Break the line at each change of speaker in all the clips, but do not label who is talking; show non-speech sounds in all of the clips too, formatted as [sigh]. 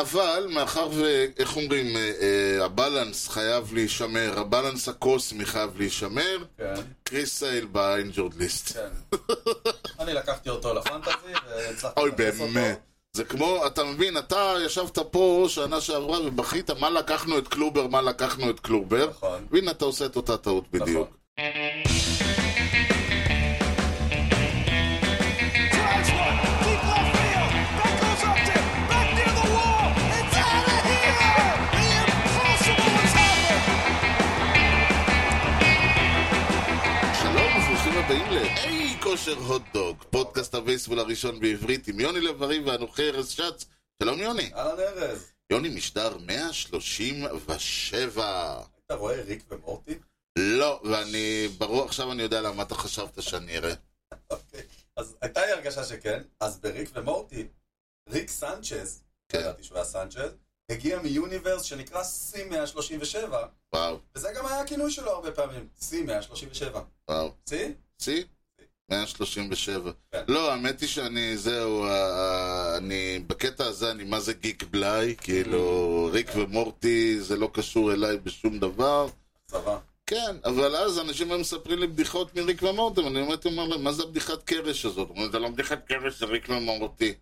אבל מאחר ו... איך אומרים? אה, אה, הבלנס חייב להישמר, הבלנס הקוסמי חייב להישמר,
כן,
קריס סייל באינג'ורד ליסט.
כן.
[laughs]
אני לקחתי אותו לפנטזי, והצלחתי...
אוי
לכנס אותו.
באמת. זה כמו, אתה מבין, אתה ישבת פה שנה שעברה ובכית מה לקחנו את קלובר, מה לקחנו את קלובר.
נכון.
והנה אתה עושה את אותה טעות בדיוק.
נכון.
Drives one, deep left field. That goes up to, back near the wall. It's out of here. The impossible has happened.
שלום וברוכים הבאים ל"היי כושר הוטדוג", פודקאסט הבייסבול הראשון בעברית עם יוני לב-ארי ואנוכי ארז שץ. שלום יוני.
אהלן ארז,
יוני משדר 137.
אתה רואה ריק ומורטי?
לא, ואני, ברור, עכשיו אני יודע למה אתה חשבת שאני אראה.
אוקיי. אז הייתה לי הרגשה שכן, אז בריק ומורטי, ריק סנצ'ז,
כן.
ידעתי שהוא היה סנצ'ז, הגיע מיוניברס שנקרא שיא 137,
וואו,
וזה גם היה הכינוי שלו הרבה פעמים, שיא 137.
וואו.
שיא?
שיא? 137.
כן.
לא, האמת היא שאני, זהו, אה, אה, אני, בקטע הזה אני מה זה גיק בליי, כאילו, ריק ומורטי זה לא קשור אליי בשום דבר.
צבא.
כן, אבל אז אנשים היו מספרים לי בדיחות מריק ומורטי, ואני באמת אומר להם, מה זה הבדיחת קרש הזאת? אומרים, זה לא בדיחת קרש, זה ריק ומורטי.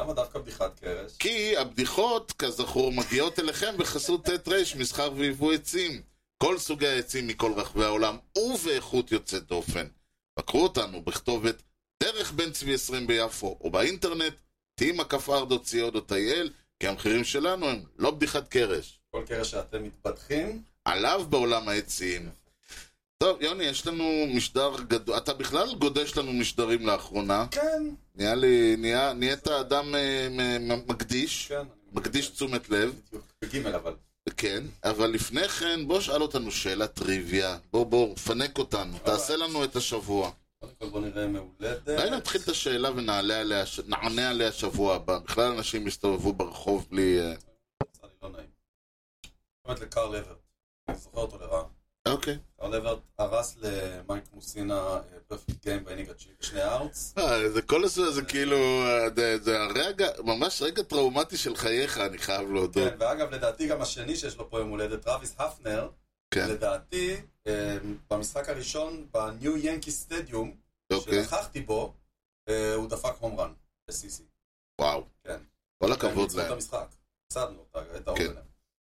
למה דווקא בדיחת קרש?
כי הבדיחות, כזכור, מגיעות אליכם בחסות ט' ר' מסחר ויבוא עצים. כל סוגי העצים מכל רחבי העולם, ובאיכות יוצאת דופן. בקרו אותנו בכתובת דרך בן צבי 20 ביפו, או באינטרנט, תהי מקף ארדו ציודו טייל, כי המחירים שלנו הם לא בדיחת קרש.
כל קרש שאתם מתבדחים,
עליו בעולם העצים. טוב, יוני, יש לנו משדר גדול. אתה בכלל גודש לנו משדרים לאחרונה.
כן,
נהיה לי... נהיה, נהיית אדם אה, מ- מ- מקדיש.
כן. אני
מקדיש תשומת לב.
בדיוק, בגימל אבל.
כן, אבל לפני כן, בוא שאל אותנו שאלת טריוויה. בוא, בוא, פנק אותנו. תעשה לנו את השבוע.
קודם כל בוא נראה מהולדת.
אולי נתחיל את השאלה ונעלה עליה, ש- נענה עליה שבוע הבא. בכלל אנשים יסתובבו ברחוב בלי... אה,
יצא לי לא נעים. באמת לקארל לבר. אני זוכר אותו לרעה.
אוקיי.
קארל לבר הרס למייק מוסינה אה, פרפקט גיים והנהיג התשיעי בשני ארץ.
אה, זה כל הזמן, זה כאילו, אה, זה- זה הרגע, ממש רגע טראומטי של חייך, אני חייב להודות.
כן, ואגב, לדעתי גם השני שיש לו פה יום הולדת, טראביס הפנר,
כן,
לדעתי, אה, במשחק הראשון בניו ינקי סטדיום,
אוקיי,
שנכחתי בו, אה, הוא דפק הום רן, בסיסי.
וואו.
כן.
כל הכבוד
להם.
להם.
המשחק. הפסדנו את- את
כן.
האורן.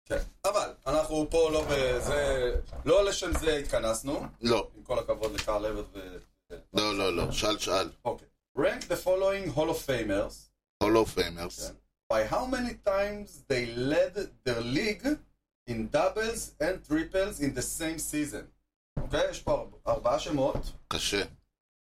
כן. אבל, אנחנו פה לא בזה, לא לשם זה התכנסנו,
לא,
עם כל הכבוד לקארל לבר ו...
לא, לא, לא, שאל, שאל.
אוקיי. Rank the following Hall of Famers
הולו פיימרס.
כן. by how many times they led their league in doubles and triples in the same season. אוקיי? יש פה ארבע- ארבעה שמות,
קשה.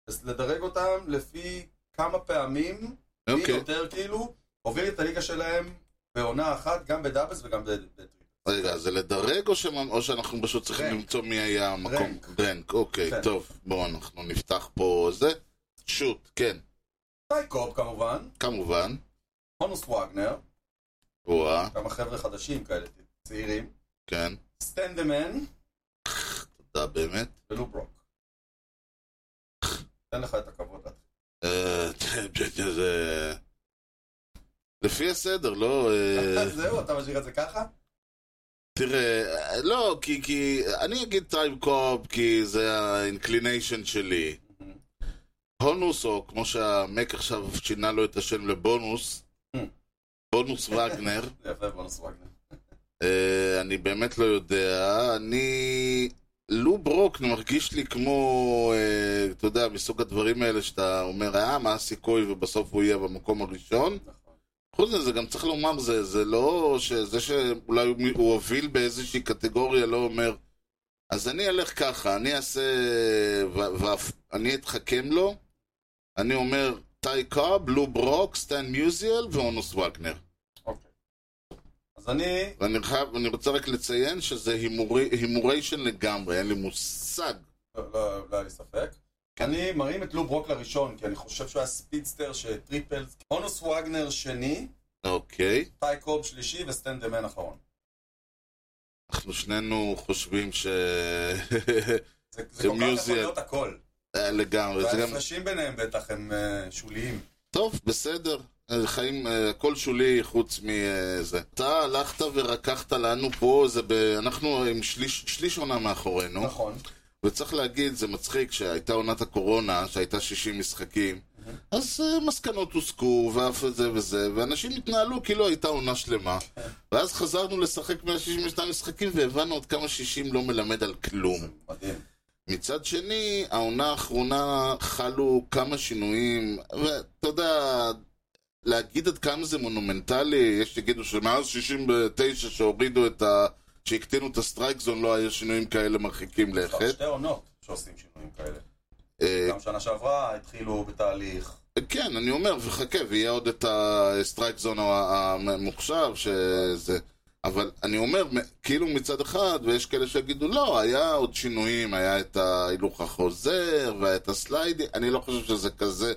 אז לדרג אותם לפי כמה פעמים, מי
אוקיי.
יותר כאילו, הוביל את הליגה שלהם בעונה אחת, גם בדאבלס וגם בטריפלס.
רגע, זה לדרג או, שמ... או שאנחנו פשוט צריכים
רנק.
למצוא מי היה המקום?
רנק.
רנק, אוקיי,
כן.
טוב. בואו, אנחנו נפתח פה זה. שוט, כן,
טייקוב כמובן,
כמובן.
הונוס וגנר,
וואה,
כמה חבר'ה חדשים כאלה, צעירים,
כן.
סטנדמן
תודה באמת.
ולו ברוק. תן לך את הכבוד להתחיל.
אה, [laughs] זה... לפי הסדר, לא...
[laughs]
אה,
זהו, אתה משאיר את זה ככה?
תראה, אה, לא, כי, כי אני אגיד טיים קוב כי זה האינקליניישן שלי. הונוס, או כמו שהמק עכשיו שינה לו את השם לבונוס,
Mm.
בונוס
[laughs]
וגנר,
זה יפה, בונוס וגנר.
אה, אני באמת לא יודע, אני... לו ברוק מרגיש לי כמו, אה, אתה יודע, מסוג הדברים האלה שאתה אומר, אה, מה הסיכוי, ובסוף הוא יהיה במקום הראשון.
נכון.
חוץ מזה, גם צריך לומר, זה, זה לא, ש- זה שאולי הוא מ- הוא הוביל באיזושהי קטגוריה, לא אומר, אז אני אלך ככה, אני אעשה, ו- ו- אני אתחכם לו, אני אומר, טי קאב, לו ברוק, סטן מיוזיאל ואונוס וגנר.
אוקיי. אז אני,
ואני חייב, אני רוצה רק לציין שזה הימורי- הימוריישן לגמרי, אין לי מושג.
לא- לא לא היה לי ספק,
כן.
אני מרים את לו ברוק לראשון, כי אני חושב שהוא היה ספידסטר שטריפל, הונוס וגנר שני,
אוקיי,
טי קוב שלישי וסטנדמן אחרון.
אנחנו שנינו חושבים ש... [laughs]
זה
זה
זה כל כך יכול
מיוזיאל.
להיות הכל.
לגמרי, זה גם...
וההפרשים ביניהם בטח הם אה, שוליים.
טוב, בסדר. אה, חיים, אה, הכל שולי חוץ מזה. אתה הלכת ורקחת לנו פה, זה ב... אנחנו עם שליש, שליש עונה מאחורינו.
נכון.
וצריך להגיד, זה מצחיק שהייתה עונת הקורונה, שהייתה 60 משחקים, אז אה, מסקנות הוסקו, ואף זה וזה, ואנשים התנהלו כאילו הייתה עונה שלמה. ואז חזרנו לשחק 162 משחקים, והבנו עד כמה 60 לא מלמד על כלום.
מדהים.
מצד שני, העונה האחרונה חלו כמה שינויים, ואתה יודע, להגיד עד כמה זה מונומנטלי, יש שיגידו שמאז 69 שהורידו את ה... שהקטינו את הסטרייק זון לא היו שינויים כאלה מרחיקים
יש לך
לכת.
שתי עונות שעושים שינויים כאלה.
אה,
גם שנה שעברה התחילו בתהליך.
כן, אני אומר, וחכה, ויהיה עוד את הסטרייק זון הממוחשב, שזה... אבל אני אומר, מ- כאילו מצד אחד, ויש כאלה שיגידו, לא, היה עוד שינויים, היה את ההילוך החוזר, והיה את הסליידי, אני לא חושב שזה כזה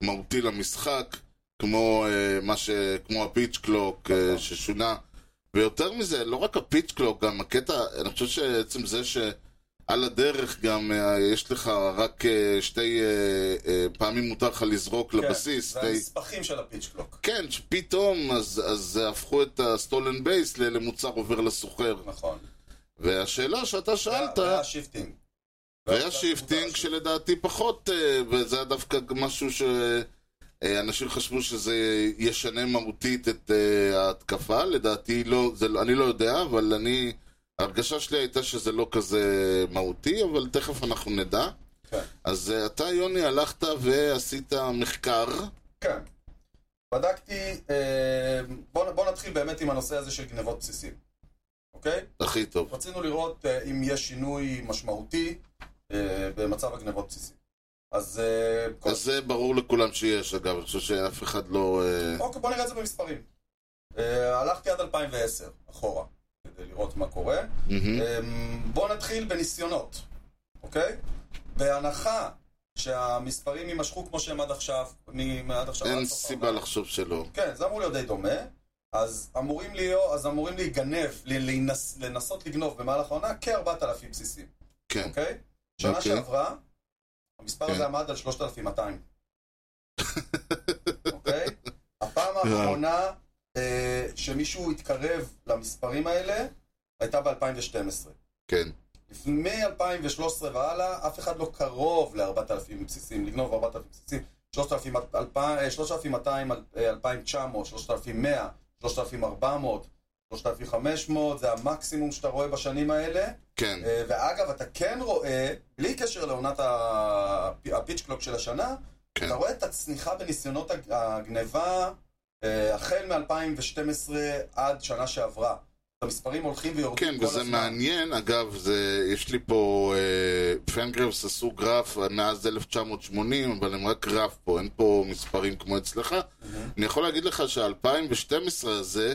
מהותי למשחק, כמו, אה, מה ש... כמו הפיץ' קלוק אה,
נכון.
ששונה. ויותר מזה, לא רק הפיץ' קלוק, גם הקטע, אני חושב שעצם זה ש... על הדרך גם אה, יש לך רק אה, שתי אה, אה, פעמים מותר לך לזרוק
כן,
לבסיס.
זה
שתי-
הנספחים של הפיץ' קלוק.
כן, שפתאום אז, אז הפכו את הסטולן בייס למוצר עובר לסוחר.
נכון.
והשאלה שאתה שאלת,
והיה שיפטינג.
והיה שיפטינג שלדעתי פחות, אה, וזה היה דווקא משהו ש... אה, אנשים חשבו שזה ישנה מהותית את אה, ההתקפה, לדעתי לא, זה, לא- אני לא יודע, אבל אני... ההרגשה שלי הייתה שזה לא כזה מהותי, אבל תכף אנחנו נדע.
כן.
אז אה, אתה, יוני, הלכת ועשית מחקר.
כן. בדקתי, אה, בוא, בוא נתחיל באמת עם הנושא הזה של גנבות בסיסים, אוקיי?
הכי טוב.
רצינו לראות אה, אם יש שינוי משמעותי אה, במצב הגנבות בסיסים. אז... אה, כל-
אז זה ברור לכולם שיש, אגב, אני חושב שאף אחד לא... אה,
אוקיי, בוא נראה את זה במספרים. אה, הלכתי עד 2010, אחורה, כדי לראות מה קורה.
מהמם.
אמ, בואו נתחיל בניסיונות, אוקיי? בהנחה שהמספרים יימשכו כמו שהם עד עכשיו, מ- מעד עכשיו עד
אין
סוף
סיבה לא.
העונה.
לחשוב שלא.
כן, זה אמור להיות די דומה. אז אמורים, להיות, אז אמורים להיגנב, ל- להינס, לנסות לגנוב במהלך העונה כ-4,000 בסיסים,
כן.
אוקיי? שנה
אוקיי.
שעברה, המספר
כן.
הזה עמד
[laughs]
על 3,200. אוקיי? הפעם האחרונה אה, שמישהו התקרב למספרים האלה הייתה ב-2012.
כן.
לפני 2013 והלאה, אף אחד לא קרוב ל-4,000 בסיסים, לגנוב 4,000 בסיסים. 3,200, אה, 3,200, אה, 2,900, 3,100, 3,400, 3,500, זה המקסימום שאתה רואה בשנים האלה.
כן.
אה, ואגב, אתה כן רואה, בלי קשר לעונת הפ- הפיץ' קלוק של השנה,
כן.
אתה רואה את הצניחה בניסיונות הג- הגניבה אה, החל מ-2012 עד שנה שעברה. המספרים הולכים ויורדים
כן,
כל
וזה
הזמן.
מעניין, אגב, זה, יש לי פה, אה, פנגרפס עשו גרף מאז 1980, אבל הם רק גרף פה, אין פה מספרים כמו אצלך.
מהמם.
אני יכול להגיד לך שה-2012 הזה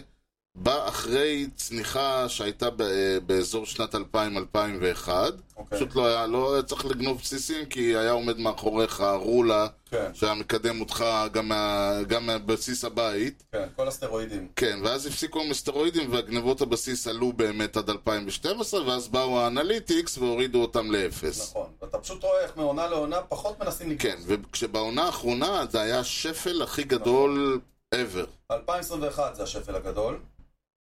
בא אחרי צניחה שהייתה ב, אה, באזור שנת 2000-2001.
אוקיי.
פשוט לא היה, לא היה צריך לגנוב בסיסים, כי היה עומד מאחוריך רולה,
כן,
שהיה מקדם אותך גם, מה, גם מהבסיס הבית.
כן, כל הסטרואידים.
כן, ואז הפסיקו עם הסטרואידים והגנבות הבסיס עלו באמת עד 2012, ואז באו האנליטיקס והורידו אותם לאפס.
נכון. ואתה פשוט רואה איך מעונה לעונה פחות מנסים לגנוב.
כן, וכשבעונה האחרונה זה היה השפל הכי גדול ever.
2021 זה השפל הגדול.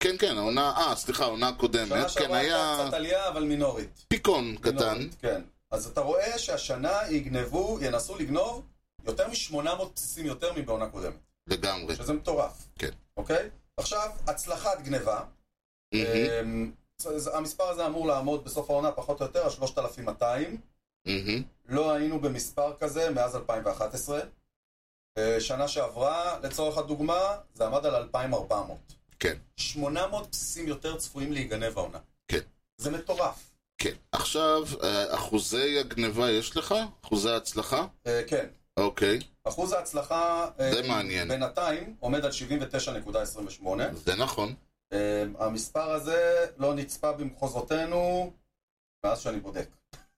כן, כן, העונה, אה, סליחה, העונה
שנה
הקודמת, כן,
שעברה הייתה
היה
קצת עלייה, אבל מינורית.
פיקון קטן.
מינורית, כן. אז אתה רואה שהשנה יגנבו, ינסו לגנוב יותר מ-800 בסיסים יותר מבעונה קודמת.
לגמרי.
שזה מטורף.
כן.
אוקיי? עכשיו, הצלחת גניבה.
מהמם,
אמ, זה- זה- המספר הזה אמור לעמוד בסוף העונה פחות או יותר על 3,200.
מהמם.
לא היינו במספר כזה מאז 2011. אה, שנה שעברה, לצורך הדוגמה, זה עמד על 2,400.
כן.
800 בסיסים יותר צפויים להיגנב העונה.
כן.
זה מטורף.
כן. עכשיו, אה, אחוזי הגניבה יש לך? אחוזי ההצלחה?
אה, כן.
אוקיי.
אחוז ההצלחה... אה,
זה מעניין.
בינתיים עומד על 79.28.
זה נכון.
אה, המספר הזה לא נצפה במחוזותינו מאז שאני בודק.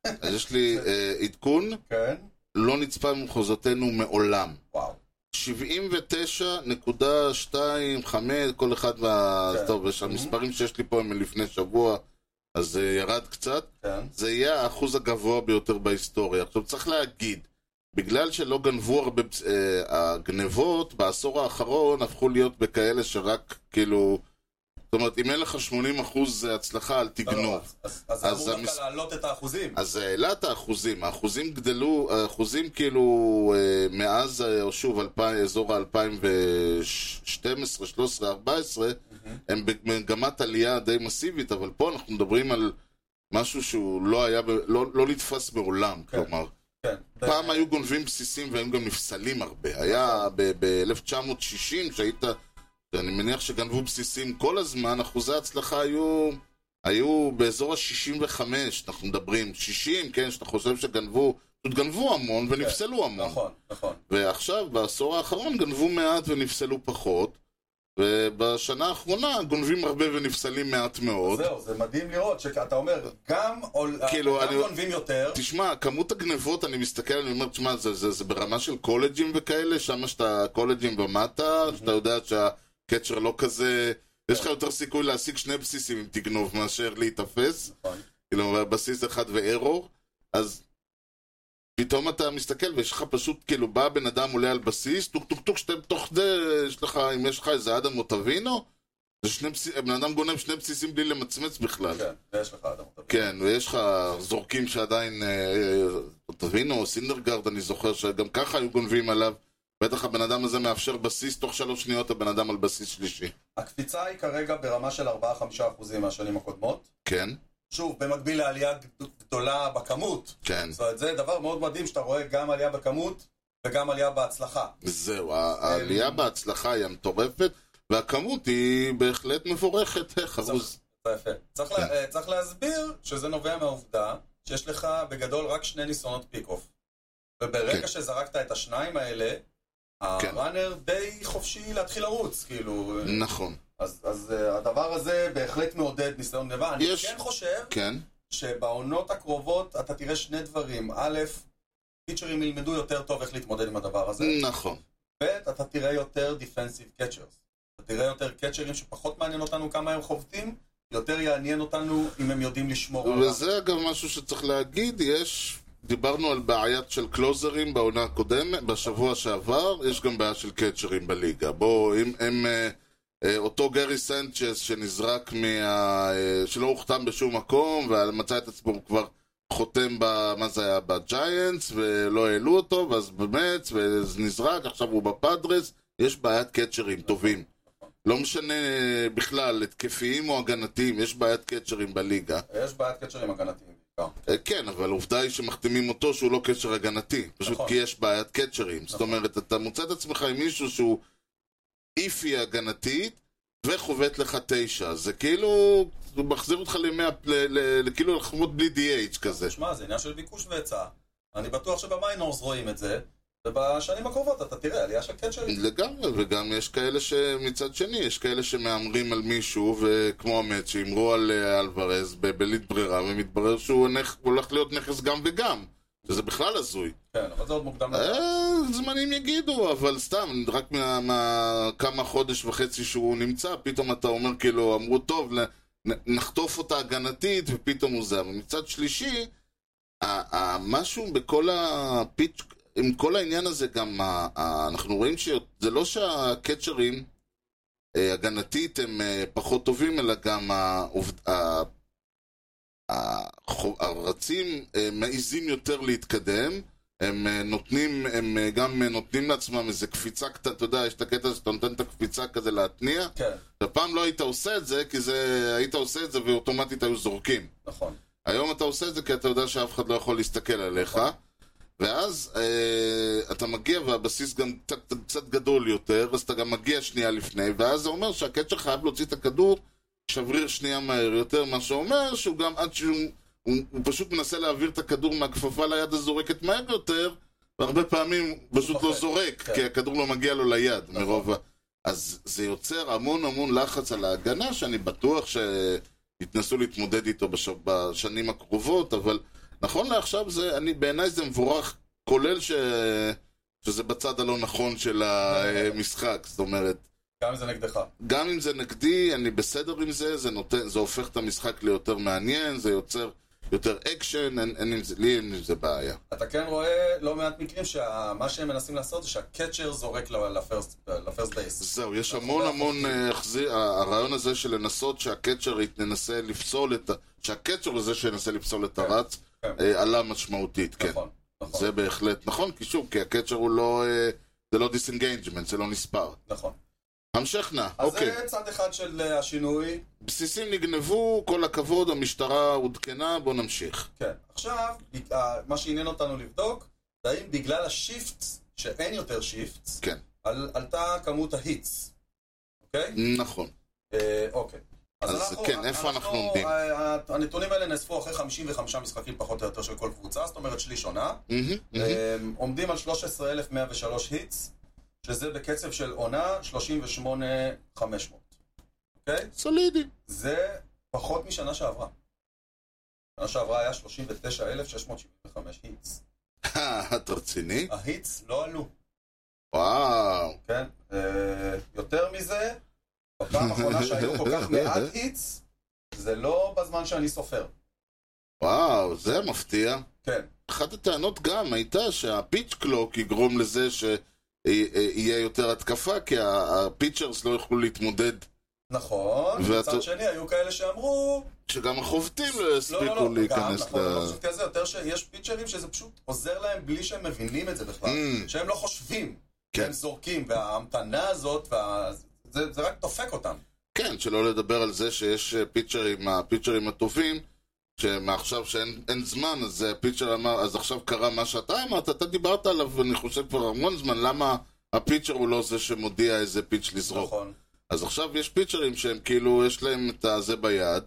אז יש לי אה, עדכון,
כן?
לא נצפה ממחוזותינו מעולם.
וואו.
79.25, כל אחד וה...
כן.
טוב, יש המספרים שיש לי פה הם מלפני שבוע, אז אה, ירד קצת.
כן.
זה יהיה האחוז הגבוה ביותר בהיסטוריה. עכשיו צריך להגיד בגלל שלא גנבו הרבה, בצ- אה, הגנבות בעשור האחרון הפכו להיות בכאלה שרק כאילו, זאת אומרת, אם אין לך 80% הצלחה, אל
לא, לא,
תגנוב.
אז- אז- אז זה
אז
אמור
המס-
דווקא להעלות את האחוזים.
אז זה העלה את האחוזים, האחוזים גדלו, האחוזים כאילו אה, מאז, אה, או שוב, אלפיים, אזור ה-2012, 13, 14, הם במגמת עלייה די מסיבית, אבל פה אנחנו מדברים על משהו שהוא לא היה, ב- לא, לא נתפס מעולם,
כן.
כלומר.
כן.
פעם היו גונבים בסיסים והם גם נפסלים הרבה. היה ב-1960, שהיית... אני מניח שגנבו בסיסים כל הזמן, אחוזי ההצלחה היו... היו באזור ה-65, אנחנו מדברים. 60, כן, שאתה חושב שגנבו... פשוט גנבו המון ונפסלו המון.
נכון, נכון.
ועכשיו, בעשור האחרון, גנבו מעט ונפסלו פחות. ובשנה האחרונה גונבים הרבה ונפסלים מעט מאוד.
זהו, זה מדהים לראות שאתה אומר, גם עול-
כאילו,
גם
אני-
גונבים יותר,
תשמע, כמות הגנבות, אני מסתכל, אני אומר, תשמע, זה, זה, זה ברמה של קולג'ים וכאלה, שם שאתה קולג'ים ומטה, שאתה יודע שהקצ'ר לא כזה... יש לך יותר סיכוי להשיג שני בסיסים אם תגנוב מאשר להיתפס.
נכון.
כאילו, בסיס אחד וארור, אז פתאום אתה מסתכל ויש לך פשוט, כאילו, בא בן אדם עולה על בסיס, טוק טוק טוק, שאתם תוך זה, יש לך, אם יש לך איזה אדם מוטבינו, זה שני בסיסים, בן אדם גונב שני בסיסים בלי למצמץ בכלל.
כן, ויש לך אדם. אתה-
כן, ויש לך זורקים שעדיין, אה, אה, תבינו, סינדרגרד, אני זוכר שגם ככה היו גונבים עליו. בטח הבן אדם הזה מאפשר בסיס, תוך שלוש שניות הבן אדם על בסיס שלישי.
הקפיצה היא כרגע ברמה של 4-5% מהשנים הקודמות.
כן,
שוב, במקביל לעלייה גד- גדולה בכמות.
כן.
זאת אומרת, זה דבר מאוד מדהים שאתה רואה גם עלייה בכמות וגם עלייה בהצלחה.
זהו, העלייה בהצלחה היא המטורפת, והכמות היא בהחלט מבורכת, אה, איך אחוז. כן.
זה יפה. צריך, לה, אה, צריך להסביר שזה נובע מהעובדה שיש לך בגדול רק שני ניסיונות פיק-אוף. וברגע
כן.
שזרקת את השניים האלה, הראנר די חופשי להתחיל לרוץ, כאילו.
נכון,
אז, אז אה, הדבר הזה בהחלט מעודד ניסיון גניבה. אני
יש-
כן חושב
כן,
שבעונות הקרובות אתה תראה שני דברים. א', פיצ'רים ילמדו יותר טוב איך להתמודד עם הדבר הזה.
נכון.
ב', אתה תראה יותר דיפנסיב קצ'רס. אתה תראה יותר קצ'רים שפחות מעניין אותנו כמה הם חובטים, יותר יעניין אותנו אם הם יודעים לשמור עליו.
וזה אגב משהו שצריך להגיד, יש... דיברנו על בעיית של קלוזרים בעונה הקודמת, בשבוע שעבר, יש גם בעיה של קצ'רים בליגה. בואו, אם, אם אה, אה, אותו גרי סנצ'ס שנזרק מה... אה, שלא הוכתם בשום מקום, ומצא את עצמו כבר חותם ב... מה זה היה? בג'יינטס, ולא העלו אותו, ואז במץ, ונזרק, עכשיו הוא בפאדרס, יש בעיית קצ'רים טובים. לא משנה בכלל, התקפיים או הגנתיים, יש בעיית קצ'רים בליגה.
יש בעיית קצ'רים הגנתיים. בעיקר.
אה, כן, אבל העובדה היא שמחתימים אותו שהוא לא קצ'ר הגנתי. פשוט
נכון.
כי יש בעיית קצ'רים. זאת אומרת, אתה מוצא את עצמך עם מישהו שהוא איפי הגנתית, וחובט לך תשע. זה כאילו, הוא מחזיר אותך לימי, הפ- ל- ל- ל- כאילו לחמות בלי DH כזה.
שמע, זה עניין של ביקוש והיצע. אני בטוח שבמיינורס רואים את זה, ובשנים הקרובות אתה תראה עלייה של קצ'רים.
Mm. לגמרי, וגם יש כאלה שמצד שני, יש כאלה שמהמרים על מישהו, וכמו המט שהימרו על אה, אלוורז ב- בלית ברירה, ומתברר שהוא נכ- הולך להיות נכס גם וגם. שזה בכלל הזוי.
כן, אבל זה עוד מוקדם. לדעת.
אה, זמנים יגידו, אבל סתם, רק מה, מה כמה חודש וחצי שהוא נמצא, פתאום אתה אומר כאילו, אמרו טוב, נ- נ- נחטוף אותה הגנתית, ופתאום הוא זה. אבל מצד שלישי, ה- ה- משהו בכל הפיץ', עם כל העניין הזה גם, ה- ה- אנחנו רואים שזה לא שהקצ'רים אה, הגנתית הם אה, פחות טובים, אלא גם העובד- ה- החו- הרצים אה, מעיזים יותר להתקדם. הם אה, נותנים, הם אה, גם אה, נותנים לעצמם איזה קפיצה קטנה, אתה יודע, יש את הקטע שאתה נותן את הקפיצה כזה להתניע.
כן,
פעם לא היית עושה את זה, כי זה, היית עושה את זה ואוטומטית היו זורקים.
נכון.
היום אתה עושה את זה כי אתה יודע שאף אחד לא יכול להסתכל עליך. ואז אה, אתה מגיע והבסיס גם קצת, קצת גדול יותר, אז אתה גם מגיע שנייה לפני, ואז זה אומר שהקצ'ר חייב להוציא את הכדור שבריר שנייה מהר יותר, מה שאומר שהוא גם עד שהוא... הוא, הוא פשוט מנסה להעביר את הכדור מהכפפה ליד הזורקת מהר יותר, והרבה פעמים הוא פשוט לא
פוחד.
זורק,
כן.
כי הכדור לא מגיע לו ליד מרוב ה... אז זה יוצר המון המון לחץ על ההגנה, שאני בטוח שיתנסו להתמודד איתו בש... בשנים הקרובות, אבל נכון לעכשיו זה, אני, בעיניי זה מבורך, כולל ש... שזה בצד הלא נכון של המשחק, זאת אומרת,
גם אם זה נגדך.
גם אם זה נגדי, אני בסדר עם זה, זה, נותן, זה הופך את המשחק ליותר מעניין, זה יוצר יותר אקשן, אין- אין עם זה- לי אין עם זה בעיה.
אתה כן רואה לא מעט מקרים שמה שהם מנסים לעשות זה שהקצ'ר זורק ל- לפרסט- לפרסט בייס.
זהו, יש
אנחנו
המון
לא
המון
חושבים.
אה, החזיר, ה- הרעיון הזה של לנסות שהקצ'ר ית- ננסה לפסול את ה... שהקצ'ר הוא זה שינסה לפסול את
כן,
הרץ,
כן.
אה, עלה משמעותית, כן.
נכון, נכון,
זה בהחלט נכון, כי שוב, כי הקצ'ר הוא לא... אה, זה לא דיסינגיינג'מנט, זה לא נספר.
נכון.
המשך נא,
אז
אוקיי.
זה צד אחד של אה, השינוי.
בסיסים נגנבו, כל הכבוד, המשטרה עודכנה, בואו נמשיך.
כן. עכשיו, ב- ה- מה שעניין אותנו לבדוק, זה האם בגלל השיפט, שאין יותר שיפט,
כן.
על- עלתה כמות ההיטס. אוקיי?
נכון.
אה, אוקיי.
אז כן, איפה אנחנו עומדים?
ה- ה- הנתונים האלה נאספו אחרי 55 משחקים פחות או יותר של כל קבוצה, זאת אומרת שליש עונה.
מהמם, מהמם.
אמ, עומדים על 13,103 היטס, שזה בקצב של עונה 38,500. אוקיי?
סולידי.
זה פחות משנה שעברה. שנה שעברה היה 39,675 היטס.
אה, [laughs] את רציני?
ההיטס לא עלו,
וואו.
כן? אה, יותר מזה,
[laughs]
בפעם האחרונה שהיו כל כך מעט
אה?
היטס, זה לא בזמן שאני סופר.
וואו, זה מפתיע.
כן,
אחת הטענות גם הייתה שהפיץ' קלוק יגרום לזה שיהיה יותר התקפה, כי ה- הפיצ'רס לא יוכלו להתמודד,
נכון.
ואת-
מצד שני, היו כאלה שאמרו,
שגם החובטים לא
לא, לא,
יספיקו
לא, גם,
להיכנס
נכון,
ל...
לא חשבתי על זה, יותר שיש פיצ'רים שזה פשוט עוזר להם בלי שהם מבינים את זה בכלל.
Mm.
שהם לא חושבים,
כן.
הם זורקים, וההמתנה הזאת, וה... זה, זה רק דופק אותם.
כן, שלא לדבר על זה שיש אה, פיצ'רים, הפיצ'רים הטובים, שמעכשיו שאין אין זמן, אז הפיצ'ר אמר, אז עכשיו קרה מה שאתה אמרת, אתה דיברת עליו, אני חושב כבר המון זמן, למה הפיצ'ר הוא לא זה שמודיע איזה פיץ' לזרוק.
נכון.
אז עכשיו יש פיצ'רים שהם כאילו, יש להם את הזה ביד,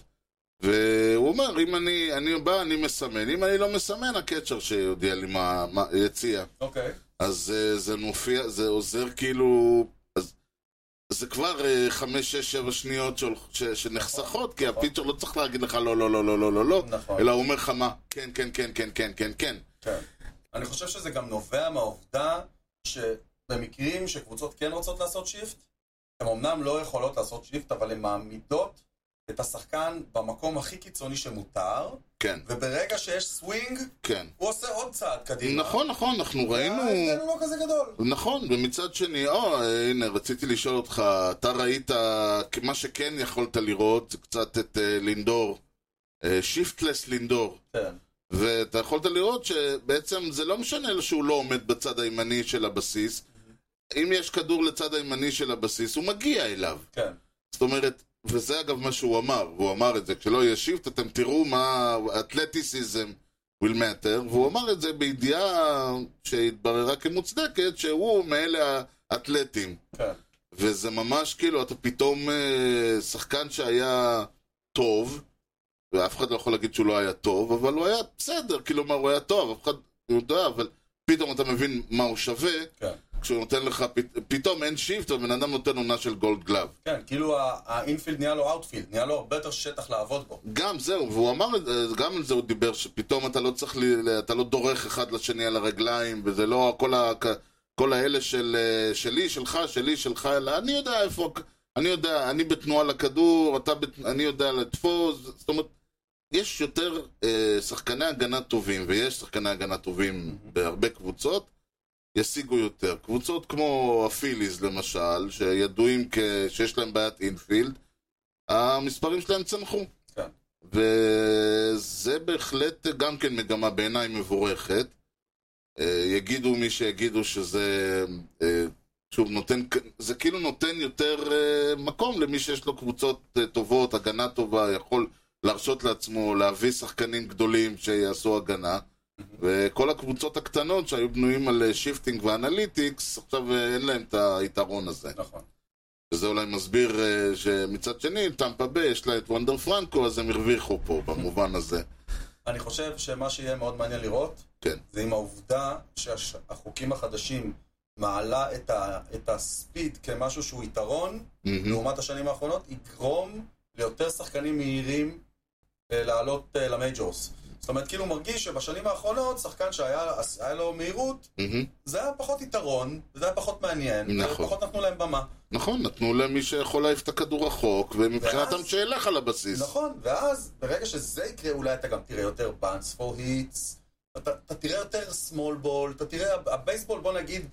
והוא אומר, אם אני, אני בא, אני מסמן, אם אני לא מסמן, הקצ'ר שיודיע לי מה, מה יציע.
אוקיי.
אז אה, זה מופיע, זה עוזר כאילו... אז, זה כבר אה, חמש, שש, שבע שניות שהול- ש, שנחסכות, כי
נכון.
הפיצ'ר לא צריך להגיד לך לא, לא, לא, לא, לא, לא, לא,
נכון.
אלא הוא אומר לך מה, כן, כן, כן, כן, כן, כן, כן.
כן. אני חושב שזה גם נובע מהעובדה שבמקרים שקבוצות כן רוצות לעשות שיפט, הן אמנם לא יכולות לעשות שיפט, אבל הן מעמידות את השחקן במקום הכי קיצוני שמותר,
כן,
וברגע שיש סווינג,
כן.
הוא עושה עוד צעד קדימה.
נכון, נכון, אנחנו ראינו...
ההבדל הוא לא כזה גדול.
נכון, ומצד שני, או, אה, הנה, רציתי לשאול אותך, אתה ראית, מה שכן יכולת לראות, זה קצת את אה, לינדור, שיפטלס לינדור,
כן.
ואתה יכולת לראות שבעצם זה לא משנה לו שהוא לא עומד בצד הימני של הבסיס, אם יש כדור לצד הימני של הבסיס, הוא מגיע אליו.
כן.
זאת אומרת, וזה אגב מה שהוא אמר, והוא אמר את זה, כשלא יהיה שיפט, אתם תראו מה האתלטיסיזם will matter, והוא אמר את זה בידיעה שהתבררה כמוצדקת, שהוא מאלה האתלטים.
כן.
וזה ממש כאילו, אתה פתאום אה, שחקן שהיה טוב, ואף אחד לא יכול להגיד שהוא לא היה טוב, אבל הוא היה בסדר, כלומר הוא היה טוב, אף אחד, הוא יודע, אבל פתאום אתה מבין מה הוא שווה,
כן.
כשהוא נותן לך, פת- פתאום אין שיפט, הבן אדם נותן עונה של גולד גלאב.
כן, כאילו ה- האינפילד נהיה לו אאוטפילד, נהיה לו הרבה יותר שטח לעבוד בו.
גם זהו, והוא אמר, את זה, גם על זה הוא דיבר, שפתאום אתה לא צריך, ל- ל- אתה לא דורך אחד לשני על הרגליים, וזה לא כל, ה, כל האלה של, אה, שלי, שלך, שלי, שלך, אלא אני יודע איפה, הכ- אני יודע, אני בתנועה לכדור, אתה בת, אני יודע לתפוס, זאת אומרת, יש יותר אה, שחקני הגנה טובים, ויש שחקני הגנה טובים בהרבה קבוצות, ישיגו יותר. קבוצות כמו הפיליז למשל, שידועים כ... שיש להם בעיית אינפילד, המספרים שלהם צנחו.
כן.
וזה בהחלט גם כן מגמה בעיניי מבורכת. אה, יגידו מי שיגידו שזה, אה, שוב, נותן, זה כאילו נותן יותר אה, מקום למי שיש לו קבוצות אה, טובות, הגנה טובה, יכול להרשות לעצמו להביא שחקנים גדולים שיעשו הגנה. וכל הקבוצות הקטנות שהיו בנויים על אה, שיפטינג ואנליטיקס, עכשיו אה, אין להם את היתרון הזה.
נכון.
וזה אולי מסביר אה, שמצד שני, טמפה ביי, יש לה את וונדר פרנקו, אז הם הרוויחו פה, במובן הזה.
אני חושב שמה שיהיה מאוד מעניין לראות,
כן.
זה עם העובדה שהחוקים החדשים מעלה את, ה, את הספיד כמשהו שהוא יתרון,
מהמם.
לעומת השנים האחרונות, יגרום ליותר שחקנים מהירים אה, לעלות אה, למייג'ורס. זאת אומרת, כאילו מרגיש שבשנים האחרונות, שחקן שהיה היה לו מהירות,
מהמם.
זה היה פחות יתרון, וזה היה פחות מעניין,
נכון.
ופחות נתנו להם במה.
נכון, נתנו למי שיכול להעיף את הכדור רחוק, ומבחינתם
ואז-
שילך על הבסיס.
נכון, ואז ברגע שזה יקרה, אולי אתה גם תראה יותר באנס פור היטס, אתה תראה יותר סמול בול, אתה תראה, הבייסבול בוא נגיד,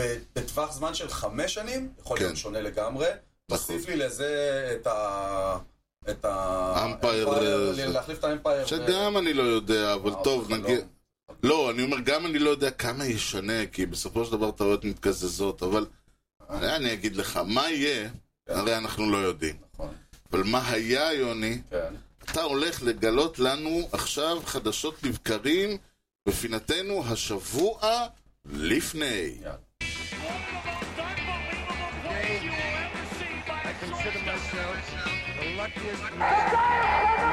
ב- בטווח זמן של חמש שנים, יכול
כן.
להיות שונה לגמרי, תוסיף לי לזה את ה... את ה...
אמפייר,
אמפייר,
זה-
להחליף את אה, האמפייר.
שגם אני לא יודע, אבל טוב,
אוקיי,
נגיד... לא, אני אומר, גם אני לא יודע כמה ישנה, כי בסופו של דבר טעויות מתקזזות, אבל אני אגיד לך, מה יהיה, הרי אנחנו לא יודעים.
נכון,
אבל מה היה, יוני,
כן.
אתה הולך לגלות לנו עכשיו חדשות לבקרים בפינתנו השבוע לפני.
יאללה.
I consider myself the luckiest man.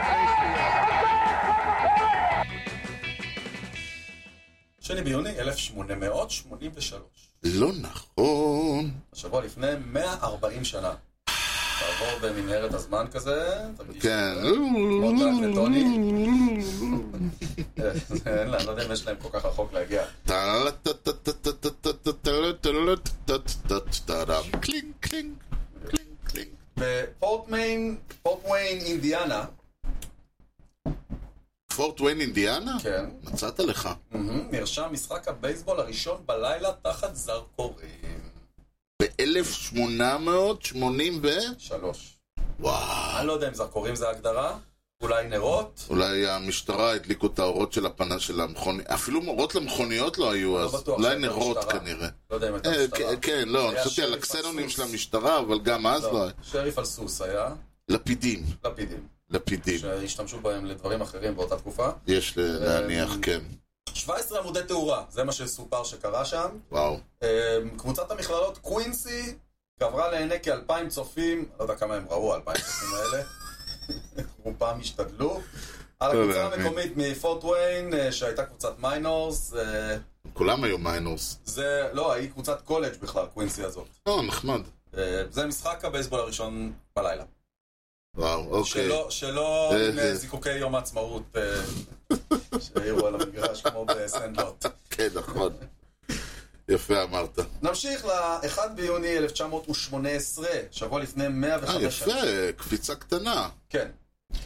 שני ביוני 1883,
לא נכון.
השבוע לפני 140 שנה. תעבור במנהרת הזמן כזה, תרגיש
כן.
כמו טרקלטוני. [laughs] אין לה, אני לא יודע אם יש להם כל כך רחוק להגיע.
קלינג, קלינג, קלינג, קלינג.
בפורט מיין, פורט וויין, אינדיאנה,
פורט וויין אינדיאנה?
כן,
מצאת לך.
מהמם, נרשם משחק הבייסבול הראשון בלילה תחת זרקורים.
ב-1880 ו...
שלוש.
וואו.
אני לא יודע אם זרקורים זה ההגדרה, אולי נרות,
אולי המשטרה הדליקו את האורות של הפנה של המכונית. אפילו אורות למכוניות לא היו
לא
אז.
בטוח
אולי
שהייתה
נרות
משטרה.
כנראה.
לא יודע אם הייתה
אה, כן,
משטרה.
כן, לא, אני
היה
חשבתי על
שריף
הקסנונים
הסוס.
של המשטרה, אבל גם אז לא
לא,
היה.
שריף על סוס היה,
לפידים,
לפידים,
לפידים.
שהשתמשו בהם לדברים אחרים באותה תקופה.
יש להניח,
אה,
כן.
17 עמודי תאורה, זה מה שסופר שקרה שם.
וואו.
אמ, קבוצת המכללות קווינסי גברה לעיני כ-2,000 צופים, לא יודע כמה הם ראו, 2,000 צופים האלה, [laughs] רובם השתדלו. על
לא
הקבוצה
להאמין.
המקומית מפורט וויין, אה, שהייתה קבוצת מיינורס, אה,
כולם היו מיינורס.
זה, לא, היא קבוצת קולג' בכלל, קווינסי הזאת.
לא, נחמד.
אה, זה משחק הבייסבול הראשון בלילה.
וואו, אוקיי.
שלא, שלא
אה,
עם
אה.
אה, זיקוקי יום העצמאות אה, שהעירו על המגרש כמו בסנדלוט.
כן, נכון. יפה אמרת. אה,
נמשיך ל-1 ביוני 1918, שבוע לפני
אה,
105 שנים.
יפה, קפיצה קטנה.
כן.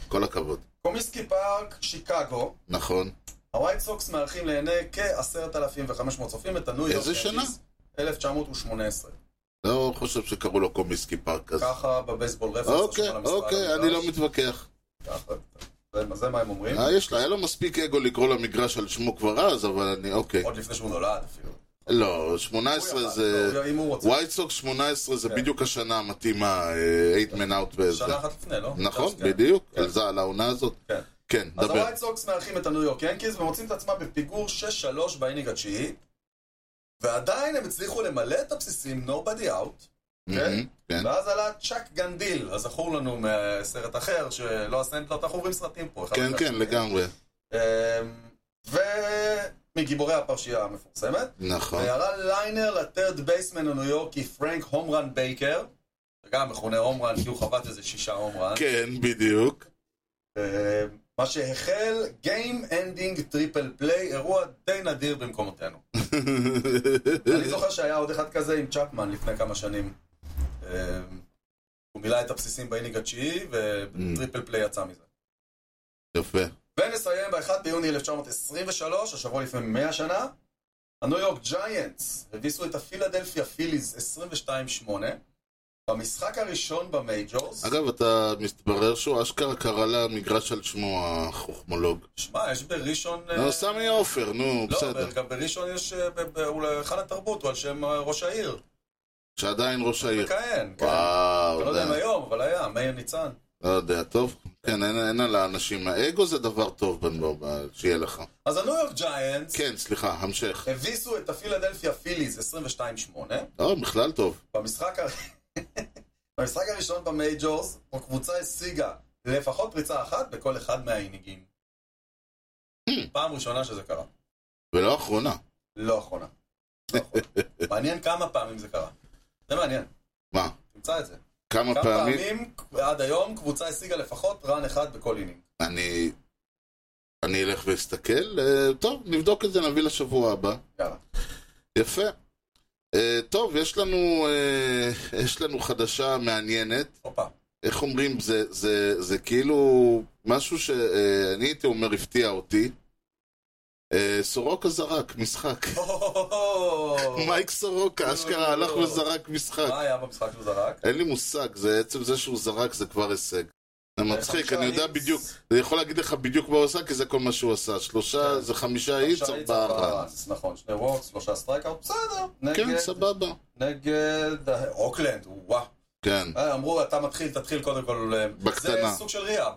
כל הכבוד.
קומיסקי פארק, שיקגו,
נכון.
הווייט סוקס מארחים לעיני כ-10,500 צופים את הניו יורק.
איזה שנה?
יאנקיז, 1918.
לא חושב שקראו לו קומיסקי פארק אז.
ככה בבייסבול רפרנס.
אוקיי,
על המספר
אוקיי,
על
אני לא
המגרש.
מתווכח.
ככה, זה- זה מה הם אומרים,
אה, יש לה, היה לו מספיק אגו לקרוא למגרש על שמו כבר אז, אבל אני, אוקיי.
עוד לפני שהוא נולד אפילו.
לא,
הוא
18
יכל,
זה...
לא, אם הוא רוצה.
ווייט סוקס 18 זה בדיוק השנה המתאימה, אה, 8 מן אאוט באיזה.
שנה אחת לפני, לא?
נכון,
כן.
בדיוק,
כן.
על זה, על העונה הזאת.
כן.
כן,
אז
דבר.
הווייט סוקס מארחים את הניו יורק ינקיז ומוצאים את עצמם בפיגור 6-3 באינינג התשיעי ועדיין הם הצליחו למלא את הבסיסים nobody out
מהמם, כן.
ואז עלה צ'אק גנדיל הזכור לנו מסרט אחר שלא הסנדלוט אנחנו רואים סרטים פה אחד
כן,
אחרי
כן,
השני.
לגמרי.
אמ, ומגיבורי הפרשייה המפורסמת
נכון.
וירה ליינר לטרד בייסמן הניו יורקי פרנק הומרן בייקר שגם מכונה הומרן כי הוא חבט איזה שישה הומרן
כן, בדיוק.
אה, מה שהחל Game Ending Triple Play, אירוע די נדיר במקומותינו. אני זוכר שהיה עוד אחד כזה עם צ'פמן לפני כמה שנים. אה, הוא מילא את הבסיסים באינינג התשיעי, וטריפל פליי יצא מזה.
יפה.
ונסיים ב-1 ביוני 1923, השבוע לפני 100 שנה. הניו יורק ג'יינטס הביסו את הפילדלפיה פיליז 22-8 במשחק הראשון במייג'ורס.
אגב, אתה מתברר שהוא אשכרה קרא למגרש על שמו החוכמולוג.
שמע, יש בראשון... אה,
נו, סמי עופר, נו, בסדר.
לא, גם בראשון יש, אה, ב- ב- אולי היכל התרבות, הוא על שם אה, ראש העיר.
שעדיין ראש העיר.
מכהן. כן.
וואו,
אני לא יודע אם
די.
היום, אבל היה, מאיר ניצן.
לא יודע, טוב. כן, אין אין על האנשים. האגו זה דבר טוב, בן בובה, שיהיה לך.
אז הניו יורק ג'יינטס
כן, סליחה, המשך.
הביסו את הפילדלפיה פיליז 22-8,
לא, בכלל טוב.
במשחק הר- [laughs] במשחק הראשון במייג'ורס, הקבוצה השיגה לפחות פריצה אחת בכל אחד מהאינינגים. פעם ראשונה שזה קרה.
ולא האחרונה.
לא אחרונה. לא אחרונה.
אה.
מעניין כמה פעמים זה קרה. זה מעניין,
[laughs] מה?
תמצא את זה.
כמה
כמה
פעמים?
פעמים עד היום קבוצה השיגה לפחות רן אחד בכל אינינג.
אני... אני אלך ואסתכל. אה, טוב, נבדוק את זה, נביא לשבוע הבא.
יאללה.
יפה. אה, טוב, יש לנו, אה, יש לנו חדשה מעניינת.
הופה.
[laughs] איך אומרים, זה, זה, זה כאילו משהו שאני הייתי אומר הפתיע אותי. אה, סורוקה זרק משחק. [laughs] מייק סורוקה, אשכרה הלך וזרק משחק.
מה היה במשחק שהוא זרק?
אין לי מושג, זה עצם זה שהוא זרק זה כבר הישג. זה מצחיק,
חמישה
אני יודע
איקס.
בדיוק, אני יכול להגיד לך בדיוק מה הוא עשה, כי זה כל מה שהוא עשה. שלושה,
כן.
זה חמישה איץ,
חמישה איץ,
ארבעה רן.
ראנס, נכון, שני וורקס, שלושה סטרייקאוט, בסדר.
כן,
נגד-
סבבה.
נגד אה, אוקלנד, וואו.
כן.
אה, אמרו, אתה מתחיל, תתחיל קודם כל. אה,
בקטנה.
זה סוג של
[laughs]
ריאב.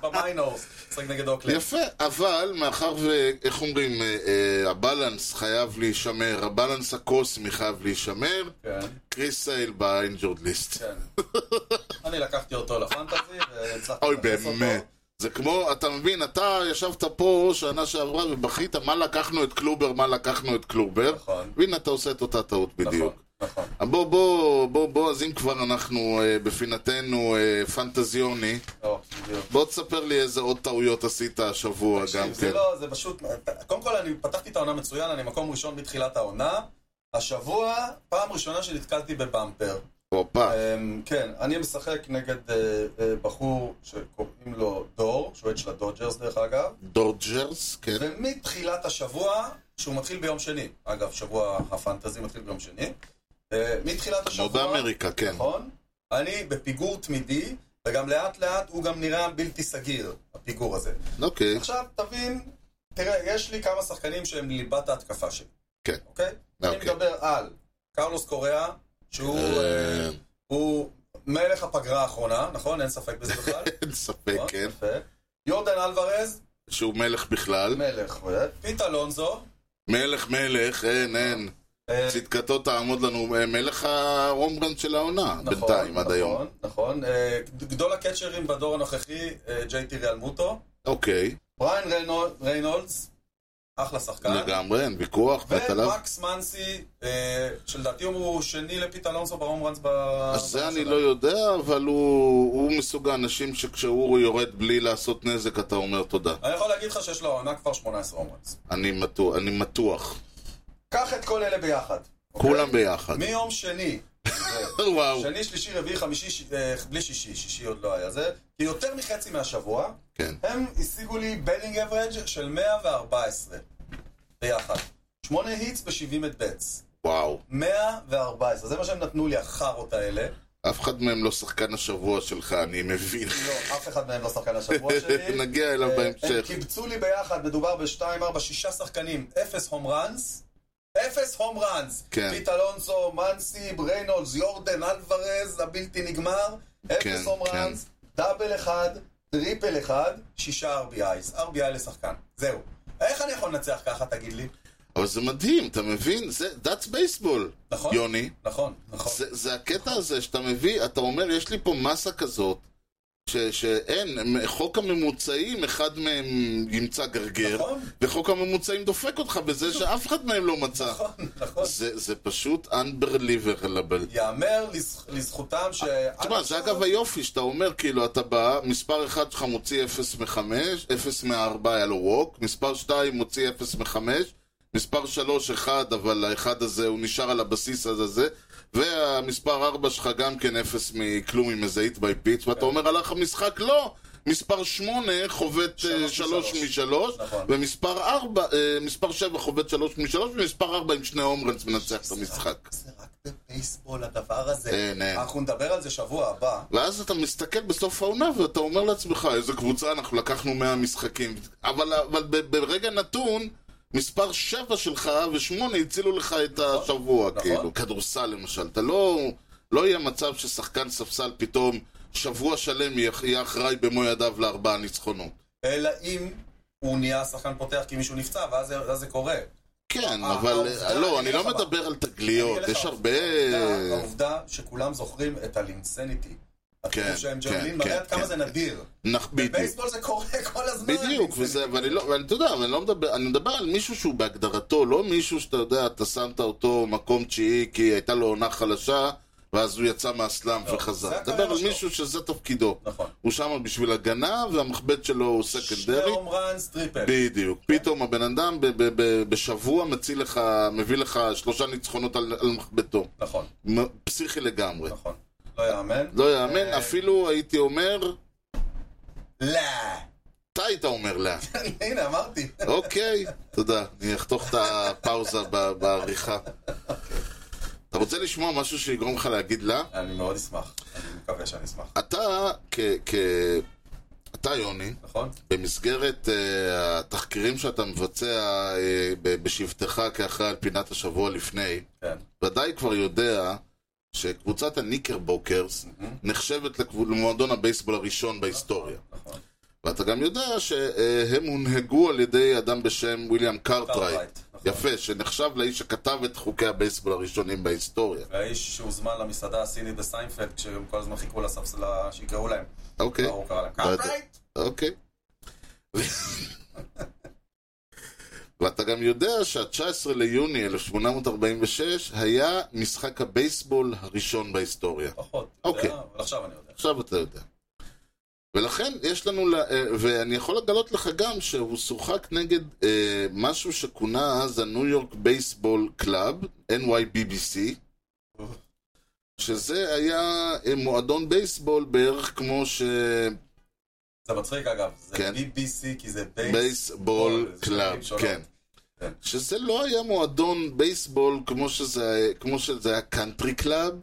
במיינורס, משחק נגד אוקלנד.
יפה, אבל מאחר ו... איך אומרים? אה, אה, הבלנס חייב להישמר, הבלנס הקוסמי חייב להישמר,
כן,
קריס סייל באינג'ורד ליסט. [laughs]
כן. אני לקחתי אותו לפנטזי, והצלחתי...
אוי,
להכניס אותו.
באמת. זה כמו, אתה מבין, אתה ישבת פה שנה שעברה ובכית מה לקחנו את קלובר, מה לקחנו את קלובר,
נכון,
והנה אתה עושה את אותה טעות בדיוק.
נכון, נכון.
בוא, בוא, בוא, בוא, אז אם כבר אנחנו אה, בפינתנו אה, פנטזיוני,
לא, בדיוק.
בוא תספר לי איזה עוד טעויות עשית השבוע גם
תקשיב,
כן.
זה לא, זה פשוט... קודם כל, אני פתחתי את העונה מצוין, אני מקום ראשון מתחילת העונה. השבוע, פעם ראשונה שנתקלתי בבמפר.
הופה,
אמ, כן, אני משחק נגד אה, אה, בחור שקוראים לו דור, שהוא אוהד של הדודג'רס דרך אגב,
דודג'רס, כן.
ומתחילת השבוע, שהוא מתחיל ביום שני, אגב, שבוע הפנטזי מתחיל ביום שני, אה, מתחילת השבוע,
כמו באמריקה, כן.
נכון, אני בפיגור תמידי, וגם לאט לאט הוא גם נראה בלתי סגיר, הפיגור הזה.
אוקיי,
עכשיו, תבין, תראה, יש לי כמה שחקנים שהם ליבת ההתקפה שלי.
כן.
אוקיי? אני
אוקיי.
מדבר על קרלוס קוריאה, שהוא... אה,
אה,
הוא מלך הפגרה האחרונה, נכון? אין ספק בזה
[laughs]
בכלל.
אין ספק,
נכון?
כן.
יפה. יורדן אלוורז,
שהוא מלך בכלל.
מלך. פית אלונזו.
מלך מלך, אין, אין.
אה,
צדקתו תעמוד לנו, אה, מלך הרומברנד של העונה,
נכון,
בינתיים, עד
נכון,
היום.
נכון. אה, גדול הקצ'רים בדור הנוכחי, אה, ג'יי טי ריאל מוטו.
אוקיי,
בריין ריינו- ריינולדס, אחלה שחקן.
לגמרי, אין ויכוח,
כן,
מת עליו.
ומקס מנסי, אה, שלדעתי הוא שני לפית אלונסו ברום ראנס ב...
אז זה
בעונה
אני
שלה.
לא יודע, אבל הוא הוא מסוג האנשים שכשהוא יורד בלי לעשות נזק, אתה אומר תודה.
אני יכול להגיד לך שיש לו העונה כבר 18 רום ראנס.
אני מתוח, אני מתוח.
קח את כל אלה ביחד. אוקיי?
כולם ביחד.
מיום שני. זה-
וואו,
שני, שלישי, רביעי, חמישי, ש... אה, בלי שישי, שישי עוד לא היה זה, כי יותר מחצי מהשבוע,
כן.
הם השיגו לי בלינג אברג' של 114, ביחד. שמונה היטס ב-70 את בטס.
וואו.
114, זה מה שהם נתנו לי החארות האלה.
אף אחד מהם לא שחקן השבוע שלך, אני מבין.
לא, אף אחד מהם לא
[laughs]
שחקן השבוע שלי.
נגיע אליו
אה, הם
בהמשך.
קיבצו לי ביחד, מדובר בשתיים, ארבע, שישה שחקנים, אפס הום ראנס. אפס הום ראנס!
כן.
פית אלונסו, מנסי, בריינולדס, יורדן, אלוורז, הבלתי נגמר. אפס
כן,
הום
כן.
ראנס, דאבל אחד, טריפל אחד, שישה RBIs. RBI לשחקן. זהו. איך אני יכול לנצח ככה, תגיד לי?
אבל זה מדהים, אתה מבין? זה, that's baseball,
נכון.
יוני.
נכון, נכון.
זה, זה הקטע הזה שאתה מביא, אתה אומר, יש לי פה מסה כזאת, ש, שאין, מ- חוק הממוצעים, אחד מהם ימצא גרגר,
נכון.
וחוק הממוצעים דופק אותך בזה שאף אחד מהם לא מצא.
נכון, נכון.
זה, זה פשוט unbelievable.
יאמר לז- לזכותם ש...
תשמע, זה אגב היופי שאתה אומר, כאילו, אתה בא, מספר 1 שלך מוציא 0 מ-5, 0 מ-4 היה לו ווק, מספר 2 מוציא 0 מ-5, מספר 3, 1, אבל האחד הזה, הוא נשאר על הבסיס הזה, זה, והמספר 4 שלך גם כן 0 מכלום עם איזה איט בי פיץ, ואתה אומר, הלך המשחק, לא! מספר 8 חובט
שלוש
3
משלוש.
מ-3,
נכון.
ומספר 4, אה, מספר 7 חובט 3 מ-3, ומספר 4 עם שני הומרנס מנצח את המשחק.
זה רק בבייסבול הדבר הזה.
אין, אין.
אנחנו נדבר על זה שבוע הבא.
ואז אתה מסתכל בסוף העונה ואתה אומר לעצמך, איזה קבוצה, אנחנו לקחנו 100 משחקים. אבל, אבל ב- ברגע נתון, מספר 7 שלך ו-8 הצילו לך את השבוע,
נכון.
כאילו. כדורסל למשל, אתה לא... לא יהיה מצב ששחקן ספסל פתאום שבוע שלם יהיה- יהיה אחראי במו ידיו לארבעה ניצחונות.
אלא אם הוא נהיה שחקן פותח כי מישהו נפצע, ואז זה- ואז זה קורה.
כן,
אה,
אבל...
העובדה,
לא,
אני
אני
אגיד
לא
לך מה.
מדבר על תגליות,
אני אגיד לך,
יש הרבה...
העובדה- העובדה שכולם זוכרים את הלינסניטי.
כן,
שהם
כן,
ג'רלין,
כן,
מראה עד כמה
כן.
זה נדיר.
נח- בדיוק.
בבייסבול זה קורה [laughs] כל הזמן.
בדיוק, וזה, ואני לא, ואני, אתה יודע, אבל אני לא מדבר, אני מדבר על מישהו שהוא בהגדרתו, לא מישהו שאתה יודע, אתה שמת אותו מקום תשיעי כי הייתה לו עונה חלשה, ואז הוא יצא מהסלאם
לא, זה
וחזר.
הקריירה
דבר על
שלו.
מישהו שזה תפקידו.
נכון.
הוא שם בשביל הגנה, והמכבד שלו הוא סקנדרי.
שטרום ראנס טריפל.
בדיוק.
כן.
פתאום הבן אדם ב- ב- ב- בשבוע מציל לך, מביא לך שלושה ניצחונות על על מכבדתו.
נכון,
מ- פסיכי לגמרי.
נכון. לא יאמן.
לא יאמן,
אה,
אפילו הייתי אומר,
לא.
אתה היית אומר לה.
[laughs] הנה, אמרתי.
אוקיי, תודה. אני אחתוך את הפאוזה ב- בעריכה. אתה רוצה לשמוע משהו שיגרום לך להגיד לה?
אני מאוד אשמח. אני מקווה שאני אשמח.
אתה, כ... כ... אתה, יוני,
נכון?
במסגרת אה, התחקירים שאתה מבצע אה, ב- בשבתך כאחראי על פינת השבוע לפני,
כן.
ודאי כבר יודע שקבוצת הניקרבוקרס נחשבת לקב... למועדון הבייסבול הראשון בהיסטוריה.
נכון.
ואתה גם יודע שהם הונהגו על ידי אדם בשם ויליאם קארטרייט.
קארטרייט, נכון.
יפה, שנחשב לאיש שכתב את חוקי הבייסבול הראשונים בהיסטוריה.
והאיש שהוזמן למסעדה הסינית בסיינפלד, כשהם כל הזמן חיכו לספסלה שיקראו להם.
אוקיי,
הוא קרא להם
לא יודע.
קארטרייט.
אוקיי. ואתה גם יודע שה-19 ליוני 1846 היה משחק הבייסבול הראשון בהיסטוריה.
פחות. אתה
אוקיי.
יודע, אבל עכשיו אני יודע.
עכשיו אתה יודע. ולכן יש לנו, ל- אה, ואני יכול לגלות לך גם שהוא שוחק נגד אה, משהו שכונה אז הניו יורק בייסבול קלאב, NYBBC, שזה היה אה, מועדון בייסבול בערך כמו ש...
זה מצחיק אגב, זה
כן.
BBC כי זה בייס.
בייסבול
זה
קלאב,
מילים שונות.
כן.
כן.
שזה לא היה מועדון בייסבול כמו שזה, כמו שזה היה קאנטרי קלאב.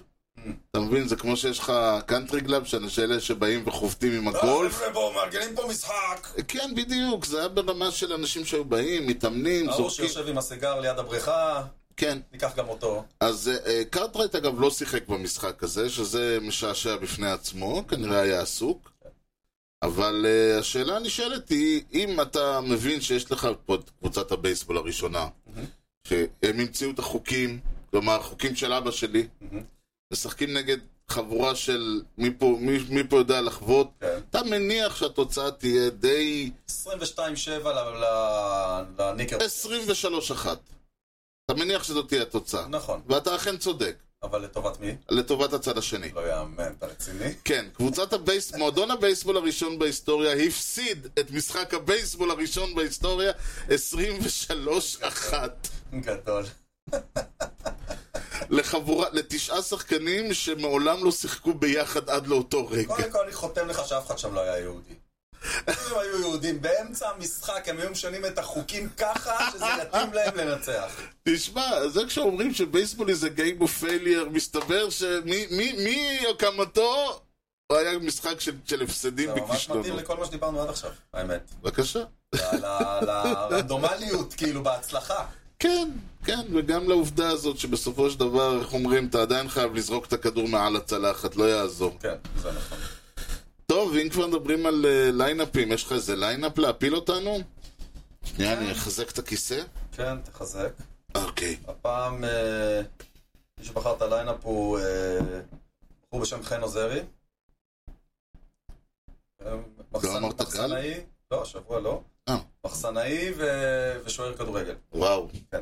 אתה מבין? זה כמו שיש לך קאנטרי קלאב, שאנשים אלה שבאים וחובטים עם
לא,
הגולף.
אה, חבר'ה, בואו, מארגנים פה משחק.
כן, בדיוק, זה היה ברמה של אנשים שהיו באים, מתאמנים,
ההוא
כן, זורקים.
שיושב עם הסיגר ליד הבריכה,
כן,
ניקח גם אותו.
אז אה, קארטרייט אגב לא שיחק במשחק הזה, שזה משעשע בפני עצמו, כנראה היה עסוק. אבל אה, השאלה הנשאלת היא, אם אתה מבין שיש לך פה את קבוצת הבייסבול הראשונה, שהם המציאו את החוקים, כלומר החוקים של אבא שלי,
מהמם.
משחקים נגד חבורה של מי פה, מי, מי פה יודע לחוות,
כן.
אתה מניח שהתוצאה תהיה די
22-7 ל- ל- לניקר.
23-1. אתה מניח שזאת תהיה התוצאה.
נכון,
ואתה אכן צודק,
אבל לטובת מי?
לטובת הצד השני.
לא יאמן, אתה רציני? [laughs]
כן, קבוצת הבייס... מועדון הבייסבול הראשון בהיסטוריה הפסיד את משחק הבייסבול הראשון בהיסטוריה 23-1
גדול.
לחבורה, לתשעה שחקנים שמעולם לא שיחקו ביחד עד לאותו רגע.
קודם כל אני חותם לך שאף אחד שם לא היה יהודי. אם הם היו יהודים באמצע המשחק, הם היו משנים את החוקים ככה, שזה יתאים להם לנצח.
תשמע, זה כשאומרים שבייסבול is a game of failure, מסתבר שמי מי- מי הקמתו היה משחק של, של הפסדים
זה ממש מתאים
וכישלונות.
לכל מה שדיברנו עד עכשיו, האמת.
בבקשה.
ל- ל- לרנדומליות, כאילו, בהצלחה.
כן, כן, וגם לעובדה הזאת שבסופו של דבר, איך אומרים, אתה עדיין חייב לזרוק את הכדור מעל הצלחת, לא יעזור.
כן, זה נכון.
טוב, אם כבר מדברים על אה, ליינאפים, יש לך איזה ליינאפ להפיל אותנו? שנייה, אני אחזק את הכיסא?
כן, תחזק.
אוקיי.
הפעם, אה, מי שבחר את הליינאפ הוא אה, בחור בשם חן עוזרי. אה, מחסן-
לא אמרת גל?
מחסנאי, לא, השבוע לא.
אה.
מחסנאי ו- ושוער כדורגל.
וואו,
אה,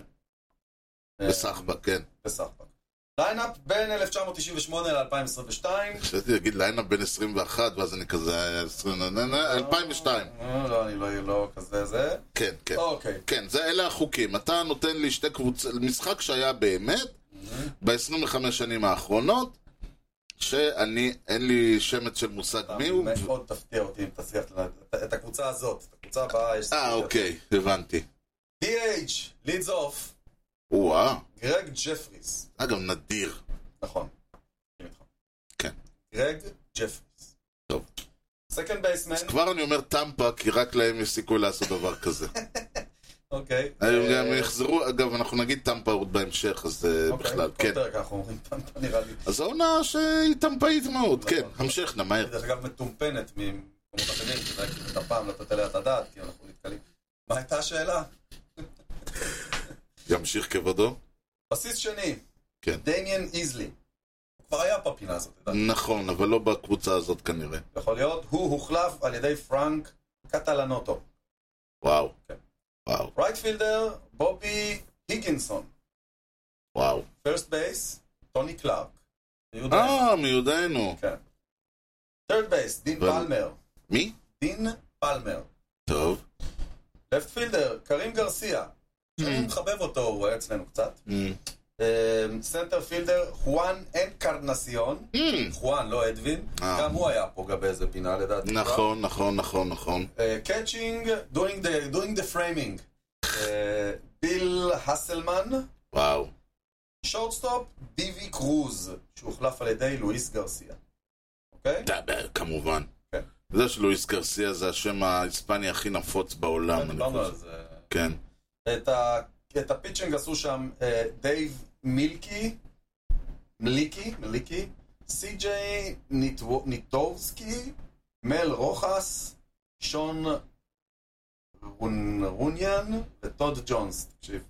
בסחבא, כן.
בסחבק. ליינאפ בין 1998 ל-2022.
חשבתי להגיד ליינאפ בין 21, ואז אני כזה... אה, 20, נה, נה, נה, 2002.
לא, אני לא, לא כזה זה.
כן, כן.
אוקיי.
כן, זה אלה החוקים. אתה נותן לי שתי קבוצות, משחק שהיה באמת ב-25 שנים האחרונות, שאני, אין לי שמץ של מושג
אתה
מי הוא.
מאוד תפתיע אותי אם תצליח לנ- את- את הקבוצה הזאת. את הקבוצה הבאה יש...
אה,
סיכוי.
אוקיי, הבנתי.
DH, לידס אוף,
וואה,
גרג ג'פריס.
אה, גם נדיר.
נכון. מסכים איתך.
כן.
גרג ג'פריס.
טוב.
סקנד בייסמן,
אז כבר אני אומר טמפה, כי רק להם יש סיכוי לעשות דבר
[laughs]
כזה.
אוקיי.
הם
אה,
גם יחזרו, אגב, אנחנו נגיד טמפה עוד בהמשך, אז אה,
אוקיי,
בכלל,
כל
כן.
פרק אנחנו אומרים [laughs] פעם, נראה לי.
אז העונה שהיא טמפאית מאוד,
נכון.
כן. המשך נא, מהר.
דרך אגב, מטומפנת ממקומות אחרים, שזה היה כאילו את הפעם לתת עליה את הדעת, כי אנחנו נתקלים. מה הייתה השאלה?
ימשיך כבודו.
בסיס שני.
כן.
דמיאן איזלי. הוא כבר היה בפינה הזאת, אתה יודע.
נכון, אבל לא בקבוצה הזאת כנראה.
יכול להיות. הוא הוחלף על ידי פרנק קטלנוטו.
וואו.
כן.
וואו,
רייטפילדר, בובי היגינסון.
וואו.
פרסט בייס, טוני קלארק. מיודענו.
אה, מיודענו.
כן. third base, דין
אבל-
פלמר.
מי?
דין פלמר.
טוב.
לפט פילדר, קרים גרסיה. אני
Mm.
מחבב אותו, הוא היה אצלנו קצת.
אה,
אמ, סנטר פילדר, חואן אנקרנסיון.
אה,
חואן, לא אדווין.
אה.
גם הוא היה פה גבי איזה פינה לדעתי.
נכון, נכון, נכון, נכון.
קאצ'ינג, אה, doing the framing. אה, ביל הסלמן,
וואו.
שורטסטופ, דיווי קרוז, שהוחלף על ידי לואיס גרסיה. אוקיי?
דבר, כמובן.
כן.
אתה יודע שלואיס קרסיה זה השם ההיספני הכי נפוץ בעולם, אני
דיברנו
חושב.
על זה.
כן.
את, ה, את הפיצ'ינג עשו שם אה, דייב מילקי, מליקי, מליקי, סי.ג'יי ניטו- ניטובסקי, מל רוחס, שון רונ, רוניאן וטוד ג'ונס. תקשיב,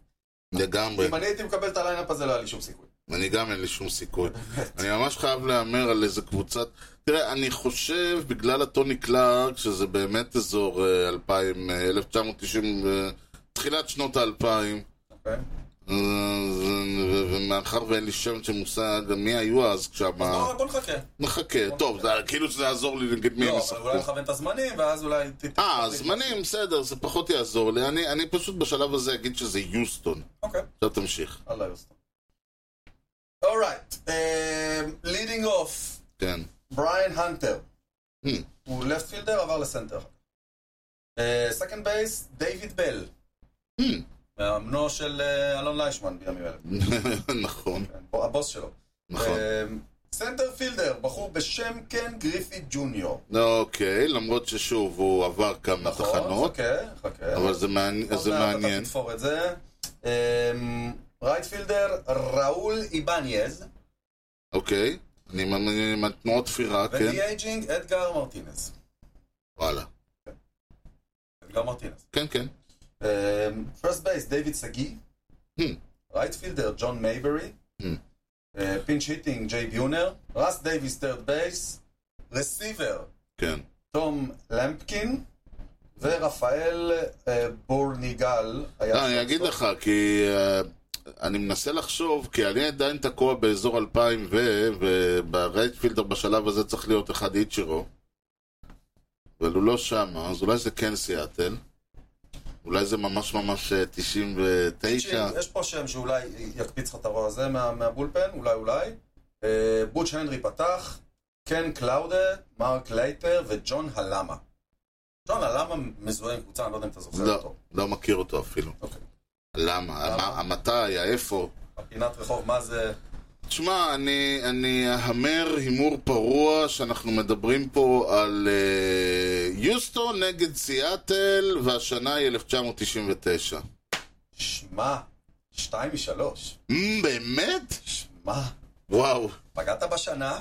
כן. לגמרי.
אם אני הייתי מקבל את הליינאפ הזה לא היה לי שום סיכוי.
אני גם אין לי שום סיכוי. אני ממש חייב להמר על איזה קבוצת... תראה, אני חושב, בגלל הטוני קלארק, שזה באמת אזור אה, 2000, אה, 1990, אה, תחילת שנות האלפיים,
אוקיי?
אה, ו- ו- ומאחר ואין לי שם שמושג מי היו אז
אז
כשמה...
בוא- בוא נחכה.
נחכה, טוב, זה כאילו שזה יעזור לי נגד מי הם
לא, לא, אבל אולי
ישחקו.
נכוון את הזמנים, ואז אולי... ת-
אה, הזמנים, בסדר, זה פחות יעזור לי. אני- אני פשוט בשלב הזה אגיד שזה יוסטון.
אוקיי,
עכשיו תמשיך.
אללה יוסטון. אורייט, um, לידינג אוף.
כן. [laughs]
בריין הנטר.
Hmm.
הוא לפט פילדר, עבר לסנטר. Uh, סקנד בייס, דיוויד בל.
Hmm.
מאמנו של אה, אלון ליישמן בימים אלה.
נכון,
כן, בו- הבוס שלו.
נכון.
סנטר פילדר, בחור בשם קן גריפי ג'וניור.
אוקיי, למרות ששוב, הוא עבר
נכון,
כמה תחנות,
חכה, חכה.
נכון אבל זה מעניין-
עוד
זה
מעט
מעניין.
לא, אתה תתפור את זה. רייט פילדר, ראול איבניאז.
אוקיי, אני עם- אני עם התנועות תפירה, כן?
ודי-אייג'ינג, אדגר מרטינס.
וואלה.
אדגר אמ, מרטינס.
כן, כן.
פרסט בייס, דיוויד שגיא.
Hmm.
רייט פילדר, ג'ון מייברי.
Hmm.
פינץ' היטינג, ג'יי ביונר. רס דייוויס, טרד בייס. רסיבר,
כן.
תום למפקין. ורפאל אה, בורניגל. היה
לא, אני
שם
אגיד
סוף.
לך, כי אה, אני מנסה לחשוב, כי אני עדיין תקוע באזור 2000, ו- וברייטפילדר בשלב הזה צריך להיות אחד איצ'ירו. אבל הוא לא שם, אז אולי זה כן סיאטל. אולי זה ממש ממש אה, 99.
יש פה שם שאולי יקפיץ לך את הרוע הזה מה- מהבולפן, אולי אולי. אה, בוץ' הנרי פתח, קן קלאודה, מרק לייטר וג'ון הלמה. ג'ון הלמה מזוהה עם קבוצה, אני לא יודע אם אתה זוכר
לא,
אותו.
לא מכיר אותו אפילו.
אוקיי.
למה? מה- מתי? איפה?
הפינת רחוב, מה זה?
תשמע, אני, אני אהמר הימור פרוע שאנחנו מדברים פה על uh, יוסטון נגד סיאטל, והשנה היא 1999.
שמע, שתיים משלוש.
Mm, באמת?
שמע,
וואו.
פגעת בשנה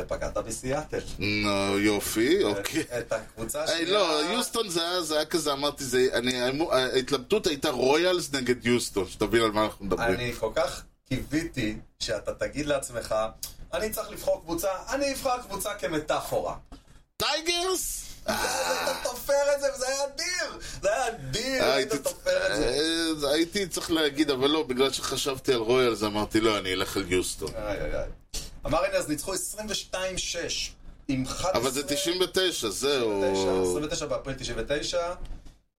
ופגעת בסיאטל.
נו, יופי, אוקיי.
את הקבוצה
היי,
השנייה...
לא, יוסטון זה היה, זה היה כזה, אמרתי, זה, אני, האמו- ההתלבטות הייתה רויאלס נגד יוסטון, שתבין על מה אנחנו מדברים.
אני כל כך קיוויתי שאתה תגיד לעצמך, אני צריך לבחור קבוצה, אני אבחר קבוצה כמטאפורה.
טייגרס?
היית תופר את זה, וזה היה אדיר! זה היה אדיר, היית
אה, הייתי-
תופר לא את זה.
אה, הייתי צריך להגיד, אבל לא, בגלל שחשבתי על רויאלס, אמרתי, לא, אני אלך על יוסטון.
איי, איי, איי. המרינרס ניצחו 22-6 עם 11...
אבל זה 99, זהו.
29 באפריל 99.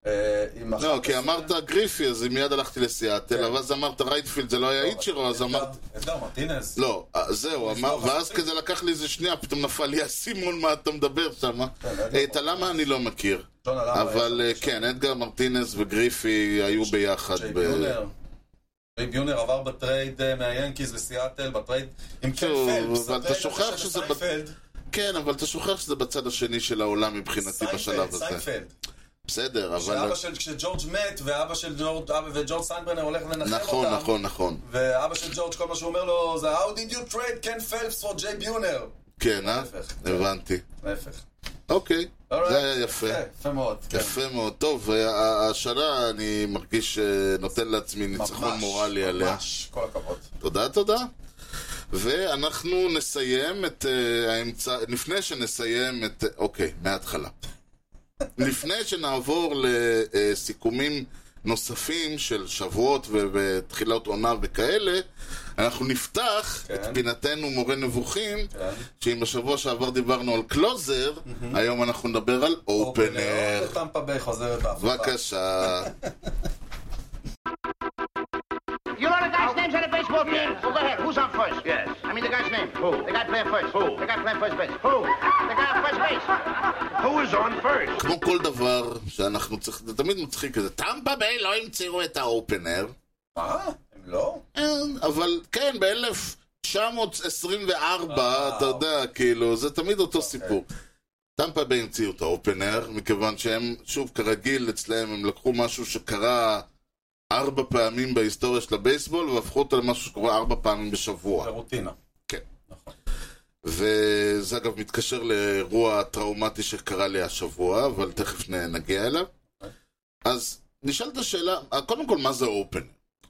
אה, עם
לא,
11.
כי אמרת גריפי, אז מיד הלכתי
כן.
לסיאטל, אבל אז אמרת רייטפילד, זה לא היה איצ'ירו,
אה,
אז אמרת...
אדגר מרטינס.
לא, אה, זהו, אמר-
לסגור
ואז
חלוצים.
כזה לקח לי איזה שנייה, פתאום נפל לי האסימון מה אתה מדבר שם. אה?
לא יודע.
את הלמה אני לא מכיר.
ג'ון הלמה
אבל
היה
אה,
שם.
כן, אדגר מרטינס וגריפי היו ביחד.
ג'יי
ב-
ביונר. ג'יי ביונר עבר בטרייד אה, מהיאנקיז לסיאטל, בטרייד עם קן
טוב,
פלפס.
אבל אתה
הטרייד הזה
שוכח
של
שזה ב-
סיינפלד.
כן, אבל אתה שוכח שזה בצד השני של העולם מבחינתי בשלב
סיינפלד,
הזה.
סיינפלד.
בסדר, אבל...
שאבא של, כשג'ורג' מת, ואבא של ג'ורג', אבא וג'ורג' סיינברנר הולך לנחם
נכון,
אותם.
נכון, נכון.
ואבא של ג'ורג' כל מה שהוא אומר לו זה How did you trade Ken Phelps for Jay Buhner?
כן, אה?
ההפך.
הבנתי.
להפך.
אוקיי,
Alright.
זה היה יפה.
יפה, יפה מאוד. כן.
יפה מאוד, טוב, ה- השנה אני מרגיש שנותן לעצמי ניצחון
כן. ממש,
מורלי עליה.
ממש, כל הכבוד.
תודה, תודה. ואנחנו נסיים את אה, האמצע... לפני שנסיים את... אוקיי, מההתחלה. לפני שנעבור לסיכומים אה, נוספים של שבועות ו- ותחילות עונה וכאלה, אנחנו נפתח
כן.
את פינתנו מורה נבוכים,
כן.
שאם בשבוע שעבר דיברנו על קלוזר, היום אנחנו נדבר על אופנר.
טמפה ביי חוזרת בהפרדה.
בבקשה.
You know the guy's names on the baseball team? Well, go ahead. Who's on first? Yes. I mean the guy's name. Who? The guy playing first. Who? The guy playing first base. Who? The guy on first base. Who is on first?
כמו כל דבר שאנחנו צריכים, זה תמיד מצחיק כזה, טמפה ביי לא המציאו את האופנר,
מה? הם לא?
אין, אבל כן, ב-1924, אתה יודע, כאילו, זה תמיד אותו סיפור. טמפה ביי המציאו את האופנר, מכיוון שהם, שוב, כרגיל אצלם, הם לקחו משהו שקרה ארבע פעמים בהיסטוריה של הבייסבול, והפכו אותו למשהו שקורה ארבע פעמים בשבוע.
זה רוטינה.
כן.
נכון.
וזה אגב מתקשר לאירוע טראומטי שקרה לי השבוע, אבל תכף נ- נגיע אליו. אז נשאלת השאלה, קודם כל, מה זה אופנר?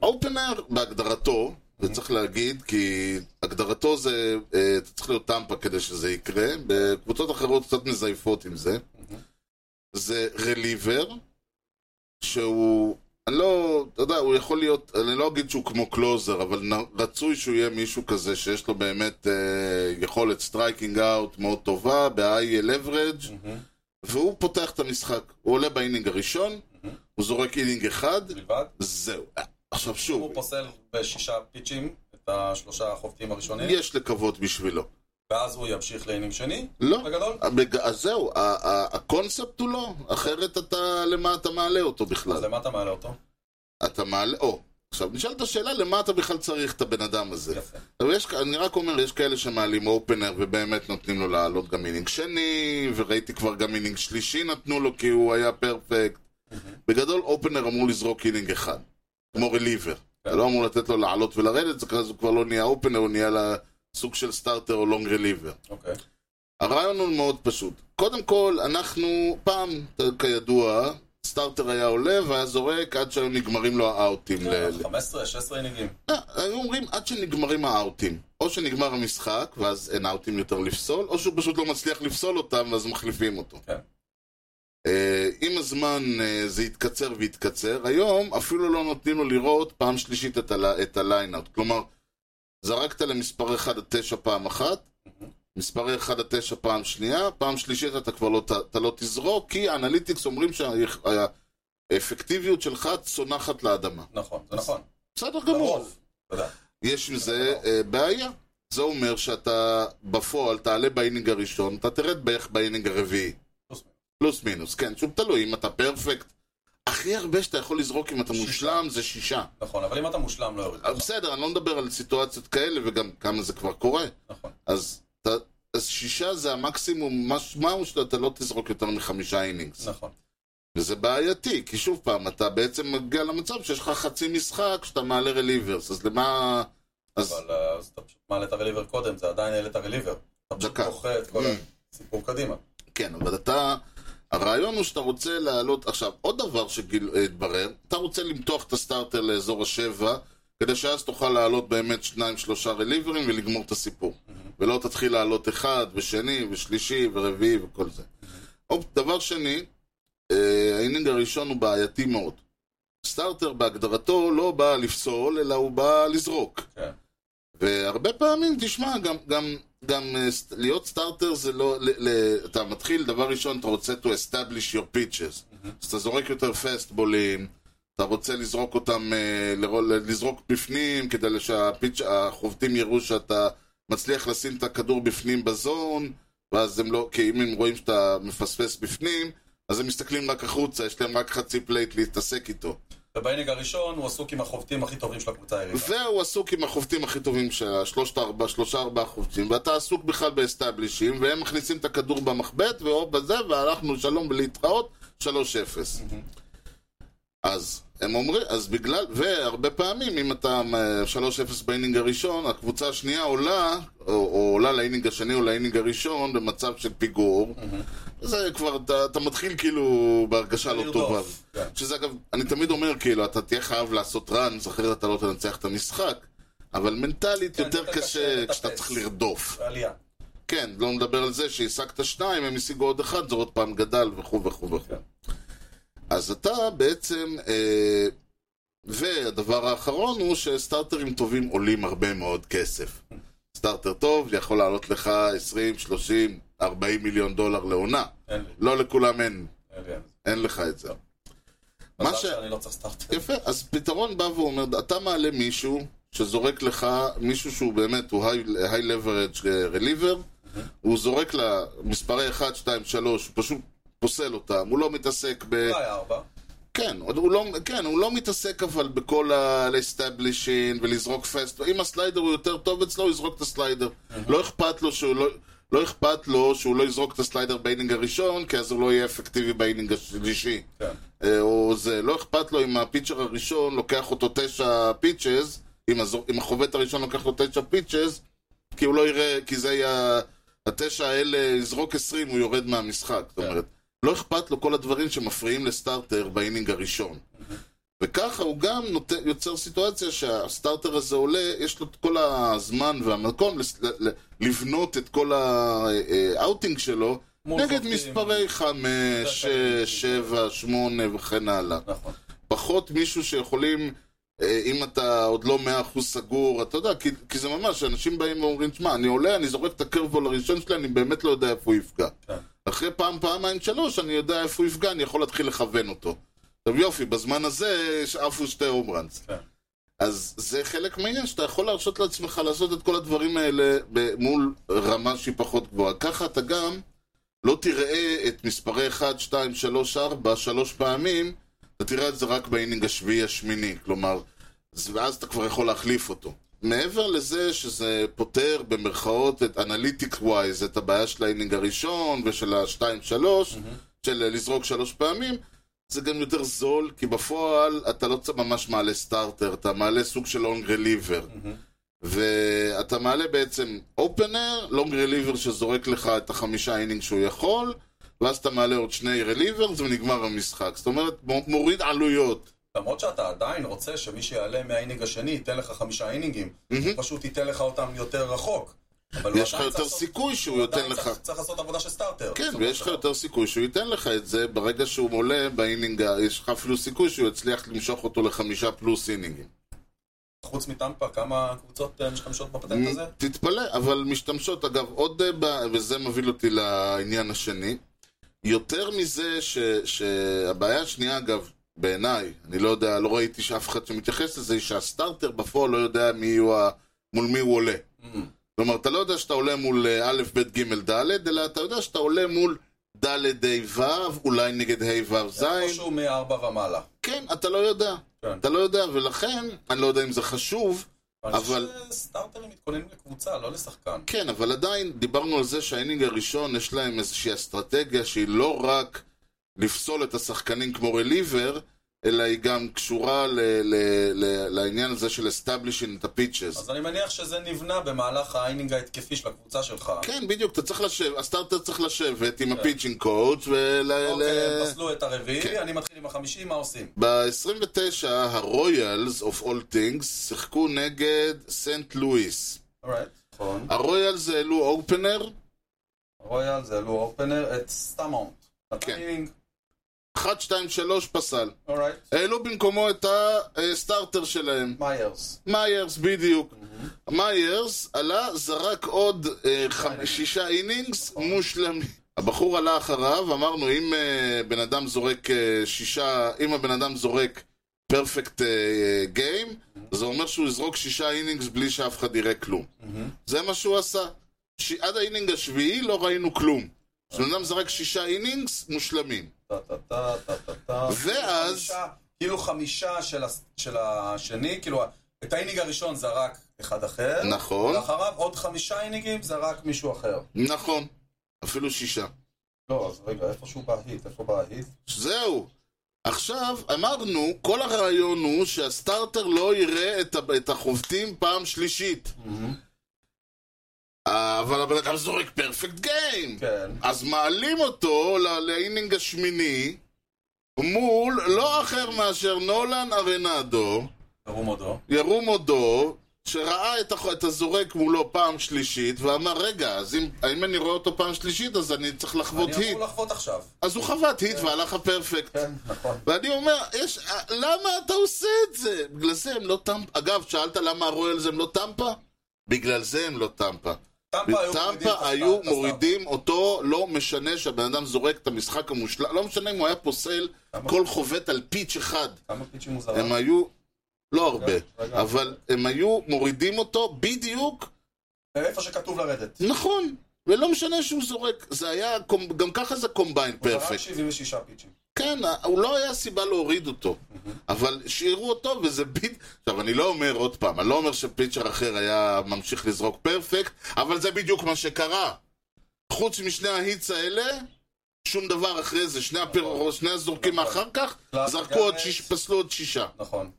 אופנר בהגדרתו, וצריך להגיד, כי הגדרתו זה, אה, אתה צריך להיות טמפה כדי שזה יקרה, בקבוצות אחרות קצת מזייפות עם זה. זה רליבר, שהוא, אני לא, אתה יודע, הוא יכול להיות, אני לא אגיד שהוא כמו קלוזר, אבל נ- רצוי שהוא יהיה מישהו כזה שיש לו באמת אה, יכולת סטרייקינג אאוט מאוד טובה, ב-high leverage,
מהמם.
והוא פותח את המשחק. הוא עולה באינינג הראשון, הוא זורק אינינג אחד,
בלבד.
זהו. עכשיו
הוא
שוב,
פוסל בשישה פיצ'ים את השלושה החובטים הראשונים,
יש לקוות בשבילו.
ואז הוא ימשיך לאינים שני.
לא.
בגדול.
הבג- אז זהו, ה- ה- הקונספט הוא לא, אחרת אתה, למה אתה מעלה אותו
אז
בכלל?
למה אתה מעלה אותו?
אה, אתה מעלה, או. עכשיו, נשאלת השאלה, למה אתה בכלל צריך את הבן אדם הזה?
יפה.
אבל יש, אני רק אומר, יש כאלה שמעלים אופנר ובאמת נותנים לו לעלות גם אינינג שני, וראיתי כבר גם אינינג שלישי נתנו לו כי הוא היה פרפקט. בגדול אופנר אמור לזרוק אינינג אחד, כמו רליבר. אתה לא אמור לתת לו לעלות ולרדת, זה כזה הוא כבר לא נהיה אופנר, הוא נהיה לה- סוג של סטארטר או לונג רליבר.
אוקיי.
הרעיון הוא מאוד פשוט. קודם כל, אנחנו, פעם, כידוע, סטארטר היה עולה והיה זורק עד שהיו נגמרים לו האאוטים.
נכון.
ל-
15, 16 אינינגים.
לא, היו אומרים עד שנגמרים האאוטים. או שנגמר המשחק, ואז אין האאוטים יותר לפסול, או שהוא פשוט לא מצליח לפסול אותם, ואז מחליפים אותו.
כן.
אה, עם הזמן אה, זה יתקצר ויתקצר. היום אפילו לא נותנים לו לראות פעם שלישית את, הל... את הליינאוט. כלומר, זרקת למספר 1 עד 9 פעם אחת, מספר 1 עד 9 פעם שנייה, פעם שלישית אתה כבר לא, ת- אתה לא תזרוק, כי האנליטיקס אומרים שהאפקטיביות שלך צונחת לאדמה.
נכון, זה נכון.
בסדר גמור.
לרוב. תודה.
יש עם זה אה, בעיה. זה אומר שאתה בפועל תעלה באינינג הראשון, אתה תרד בערך באינינג הרביעי.
פלוס מינוס.
פלוס מינוס, כן, שוב תלוי אם אתה פרפקט. הכי הרבה שאתה יכול לזרוק אם אתה מושלם זה שישה.
נכון, אבל אם אתה מושלם לא יוריד.
אבל בסדר, אני לא מדבר על סיטואציות כאלה וגם כמה זה כבר קורה.
נכון.
אז, אתה, אז שישה זה המקסימום, מש- מהו שאתה לא תזרוק יותר מחמישה אינינגס.
נכון.
וזה בעייתי, כי שוב פעם, אתה בעצם מגיע למצב שיש לך חצי משחק שאתה מעלה רליברס, אז למה... אז
אבל אה, אז אתה פשוט מעלה את הרליבר קודם, זה עדיין העלה את הרליבר. אתה פשוט
דקה.
דוחה את כל
Mm.
הסיפור קדימה.
כן, אבל אתה... הרעיון הוא שאתה רוצה להעלות... עכשיו, עוד דבר שהתברר, אתה רוצה למתוח את הסטארטר לאזור השבע, כדי שאז תוכל להעלות באמת שניים, שלושה רליברים ולגמור את הסיפור. ולא תתחיל להעלות אחד, ושני, ושלישי, ורביעי, וכל זה. אופ, דבר שני, אה, האינינג הראשון הוא בעייתי מאוד. סטארטר בהגדרתו לא בא לפסול, אלא הוא בא לזרוק.
כן.
והרבה פעמים, תשמע, גם, גם, גם אה, סט- להיות סטארטר זה לא... ל, ל, אתה מתחיל, דבר ראשון, אתה רוצה to establish your pitches. אז אתה זורק יותר פסטבולים, אתה רוצה לזרוק אותם, אה, לרול- לזרוק בפנים, כדי שהחובטים יראו שאתה מצליח לשים את הכדור בפנים בזון, ואז הם לא... כי אם הם רואים שאתה מפספס בפנים, אז הם מסתכלים רק החוצה, יש להם רק חצי פלייט להתעסק איתו.
ובאינינג הראשון הוא עסוק עם החובטים הכי טובים של הקבוצה היריבה.
והוא עסוק עם החובטים הכי טובים שלה, שלושת ארבע, שלושה ארבעה חובטים, ואתה עסוק בכלל באסטאבלישים, והם מכניסים את הכדור במחבט, והוא בזה, והלכנו שלום ולהתראות, 3-0. אז הם אומרים, אז בגלל, והרבה פעמים, אם אתה אה, 3-0 באינינג הראשון, הקבוצה השנייה עולה, או, או עולה לאינינג השני או לאינינג הראשון, במצב של פיגור, זה כבר, אתה, אתה מתחיל כאילו בהרגשה לא
לרדוף,
טובה.
כן.
שזה אגב, אני תמיד אומר, כאילו, אתה תהיה חייב לעשות ראנס, אחרת אתה לא תנצח את המשחק. אבל מנטלית
כן,
יותר
יותר
קשה
קשה
כשאתה
לטפס.
צריך לרדוף.
עלייה.
כן, לא נדבר על זה שהשגת שניים, הם השיגו עוד אחד, זה עוד פעם גדל וכו' וכו' וכו'. אז אתה בעצם, אה, והדבר האחרון הוא שסטארטרים טובים עולים הרבה מאוד כסף. סטארטר טוב יכול לעלות לך 20, 30, 40 מיליון דולר לעונה.
אין לי,
לא לכולם אין,
אין לי.
אין לך את זה. מה
מזל
ש-
שאני לא צריך סטארטר.
יפה, אז פתרון בא ואומר, אתה מעלה מישהו שזורק לך, מישהו שהוא באמת, הוא high leverage אה, reliever, הוא זורק לה מספרי 1, 2, 3, הוא פשוט פוסל אותם, הוא לא מתעסק ב...
אולי אה, ארבע.
כן, עוד הוא לא, כן, הוא לא מתעסק אבל בכל ה-establishing ולזרוק פסט. אם הסליידר הוא יותר טוב אצלו, הוא יזרוק את הסליידר. לא אכפת לו שהוא לא... לא אכפת לו שהוא לא יזרוק את הסליידר באינינג הראשון, כי אז הוא לא יהיה אפקטיבי באינינג השלישי.
כן.
אה, או זה, לא אכפת לו אם הפיצ'ר הראשון לוקח אותו תשע פיצ'ז, אם, הזו- אם החובט הראשון לוקח לו תשע פיצ'ז, כי הוא לא יראה, כי זה יהיה, התשע האלה יזרוק עשרים, הוא יורד מהמשחק.
כן.
זאת אומרת, לא אכפת לו כל הדברים שמפריעים לסטארטר באינינג הראשון. וככה הוא גם נות... יוצר סיטואציה שהסטארטר הזה עולה, יש לו את כל הזמן והמקום לס... ל... ל... לבנות את כל האאוטינג שלו
מול
נגד
שופטים.
מספרי חמש, שש, שבע, שמונה וכן הלאה.
נכון.
פחות מישהו שיכולים, אה, אם אתה עוד לא מאה אחוז סגור, אתה יודע, כי, כי זה ממש, אנשים באים ואומרים, שמע, אני עולה, אני זורק את הקרבול הראשון שלי, אני באמת לא יודע איפה הוא יפגע.
כן.
אחרי פעם, פעמיים, שלוש, אני יודע איפה הוא יפגע, אני יכול להתחיל לכוון אותו. עכשיו יופי, בזמן הזה יש- עפו שתי הומרנס.
כן.
אז זה חלק מהעניין, שאתה יכול להרשות לעצמך לעשות את כל הדברים האלה ב- מול רמה שהיא פחות גבוהה. ככה אתה גם לא תראה את מספרי 1, 2, 3, 4, 3 פעמים, אתה תראה את זה רק באינינג השביעי, השמיני. כלומר, זה- ואז אתה כבר יכול להחליף אותו. מעבר לזה שזה פותר במרכאות את אנליטיק ווייז, את הבעיה של האינינג הראשון ושל ה-2-3, של אה, לזרוק שלוש פעמים, זה גם יותר זול, כי בפועל אתה לא צ- ממש מעלה סטארטר, אתה מעלה סוג של לונג רליבר. ואתה מעלה בעצם אופנר, לונג רליבר שזורק לך את החמישה אינינג שהוא יכול, ואז אתה מעלה עוד שני רליברס ונגמר המשחק. זאת אומרת, מ- מוריד עלויות.
למרות שאתה עדיין רוצה שמי שיעלה מהאינינג השני ייתן לך חמישה אינינגים, הוא פשוט ייתן לך אותם יותר רחוק. אבל הוא
Mm-hmm. יש לך
עדיין צריך
יותר
לעשות-
סיכוי שהוא
הוא
ייתן
עדיין
לך.
צריך- צריך לעשות עבודה של סטארטר.
כן,
בסופו
ויש
של
לך
דבר.
יותר סיכוי שהוא ייתן לך את זה ברגע שהוא עולה באינינג, ה- יש לך אפילו סיכוי שהוא יצליח למשוך אותו לחמישה פלוס אינינגים.
חוץ מטמפה, כמה קבוצות אה, משתמשות בפטנט הזה?
תתפלא, אבל משתמשות, אגב, עוד, אה, ב- וזה מוביל אותי לעניין השני, יותר מזה ש, שהבעיה השנייה, אגב, בעיניי, אני לא יודע, לא ראיתי שאף אחד שמתייחס לזה, היא שהסטארטר בפועל לא יודע מי יהיו ה... מול מי הוא עולה. כלומר, אתה לא יודע שאתה עולה מול אה, א', ב', ג', ד', אלא אתה יודע שאתה עולה מול ד', ה', ו', אולי נגד ה', ו', ז'.
או שהוא מארבע ומעלה.
כן, אתה לא יודע.
כן.
אתה לא יודע, ולכן, אני לא יודע אם זה חשוב, אבל-
אני חושב שסטארטרים מתכוננים לקבוצה, לא לשחקן.
כן, אבל עדיין דיברנו על זה שהאינינג הראשון יש להם איזושהי אסטרטגיה שהיא לא רק לפסול את השחקנים כמו רליבר, אלא היא גם קשורה ל- ל- ל- לעניין הזה של establishing את הפיצ'ס.
אז אני מניח שזה נבנה במהלך האינינג ההתקפי של הקבוצה שלך. אוקיי,
כן, בדיוק, אתה צריך לשבת, הסטארטר צריך לשבת עם הפיצ'ינג קואוץ' ול...
כן. אוקיי, הם
ל-
פסלו את
כן.
הרביעי, אני מתחיל עם החמישי, מה עושים?
ב-29, הרויאלס of all things שיחקו נגד סנט לואיס.
אורייט. נכון.
הרויאלס העלו אופנר,
רויאל זה אלו אופנר, את סטאמונט.
כן.
נתן אינינג,
1, 2, 3, פסל.
אורייט.
העלו במקומו את הסטארטר שלהם.
מיירס.
מיירס, בדיוק. מיירס עלה, זרק עוד אה, חמ- שישה אינינגס מושלמים. הבחור עלה אחריו, אמרנו, אם אה, בן אדם זורק אה, שישה, אם הבן אדם זורק פרפקט גיים, זה אומר שהוא יזרוק שישה אינינגס בלי שאף אחד יראה כלום. זה מה שהוא עשה. ש... עד האינינג השביעי לא ראינו כלום. כשבן אדם זרק שישה אינינגס, מושלמים.
טה טה טה טה טה טה.
ואז-
חמישה, כאילו חמישה של הס- של השני, כאילו את האינינג הראשון זרק אחד אחר.
נכון,
ואחריו עוד חמישה אינינגים זרק מישהו אחר.
נכון. אפילו שישה.
לא, אז רגע, איפה שהוא בהיט? איפה בהיט?
זהו. עכשיו, אמרנו, כל הרעיון הוא שהסטארטר לא יראה את, ה- את החובטים פעם שלישית. אה, אבל הבן אדם זורק פרפקט גיים.
כן.
אז מעלים אותו ל- לאינינג השמיני מול לא אחר מאשר נולן ארנדו,
קראו מודו.
ירום הודו, שראה את, הח- את הזורק מולו פעם שלישית, ואמר, רגע, אז אם, אם אני רואה אותו פעם שלישית, אז אני צריך לחוות
אני
היט.
אמור לחוות עכשיו.
אז הוא חבט היט והלך הפרפקט.
כן, נכון.
ואני אומר, יש, אה, למה אתה עושה את זה? בגלל זה הם לא טמפה. אגב, שאלת למה הרויאלס הם לא טמפה? בגלל זה הם לא טמפה.
טמפה היו מורידים את
בטמפה
הסטאר-
היו
את הסטאר.
מורידים אותו, לא משנה שהבן אדם זורק את המשחק המושלם, לא משנה אם הוא היה פוסל
כמה-
כל חובט על פיץ' אחד.
כמה פיצ'ים מוזרים.
הם היו, לא הרבה,
רגע.
אבל הם היו מורידים אותו בדיוק
איפה שכתוב לרדת.
נכון. ולא משנה שהוא זורק, זה היה, קומ- גם ככה זה קומביין
הוא זרק
פרפקט.
76 פיצ'ים.
כן, הוא לא היה סיבה להוריד אותו. אבל השאירו אותו, וזה בדיוק... עכשיו, אני לא אומר עוד פעם, אני לא אומר שפיצ'ר אחר היה ממשיך לזרוק פרפקט, אבל זה בדיוק מה שקרה. חוץ משני ההיטס האלה, שום דבר אחרי זה. שני, הפר... שני הזורקים
נכון.
אחר כך,
לא,
זרקו
גם
עוד
את-
שיש... פסלו עוד שישה.
נכון.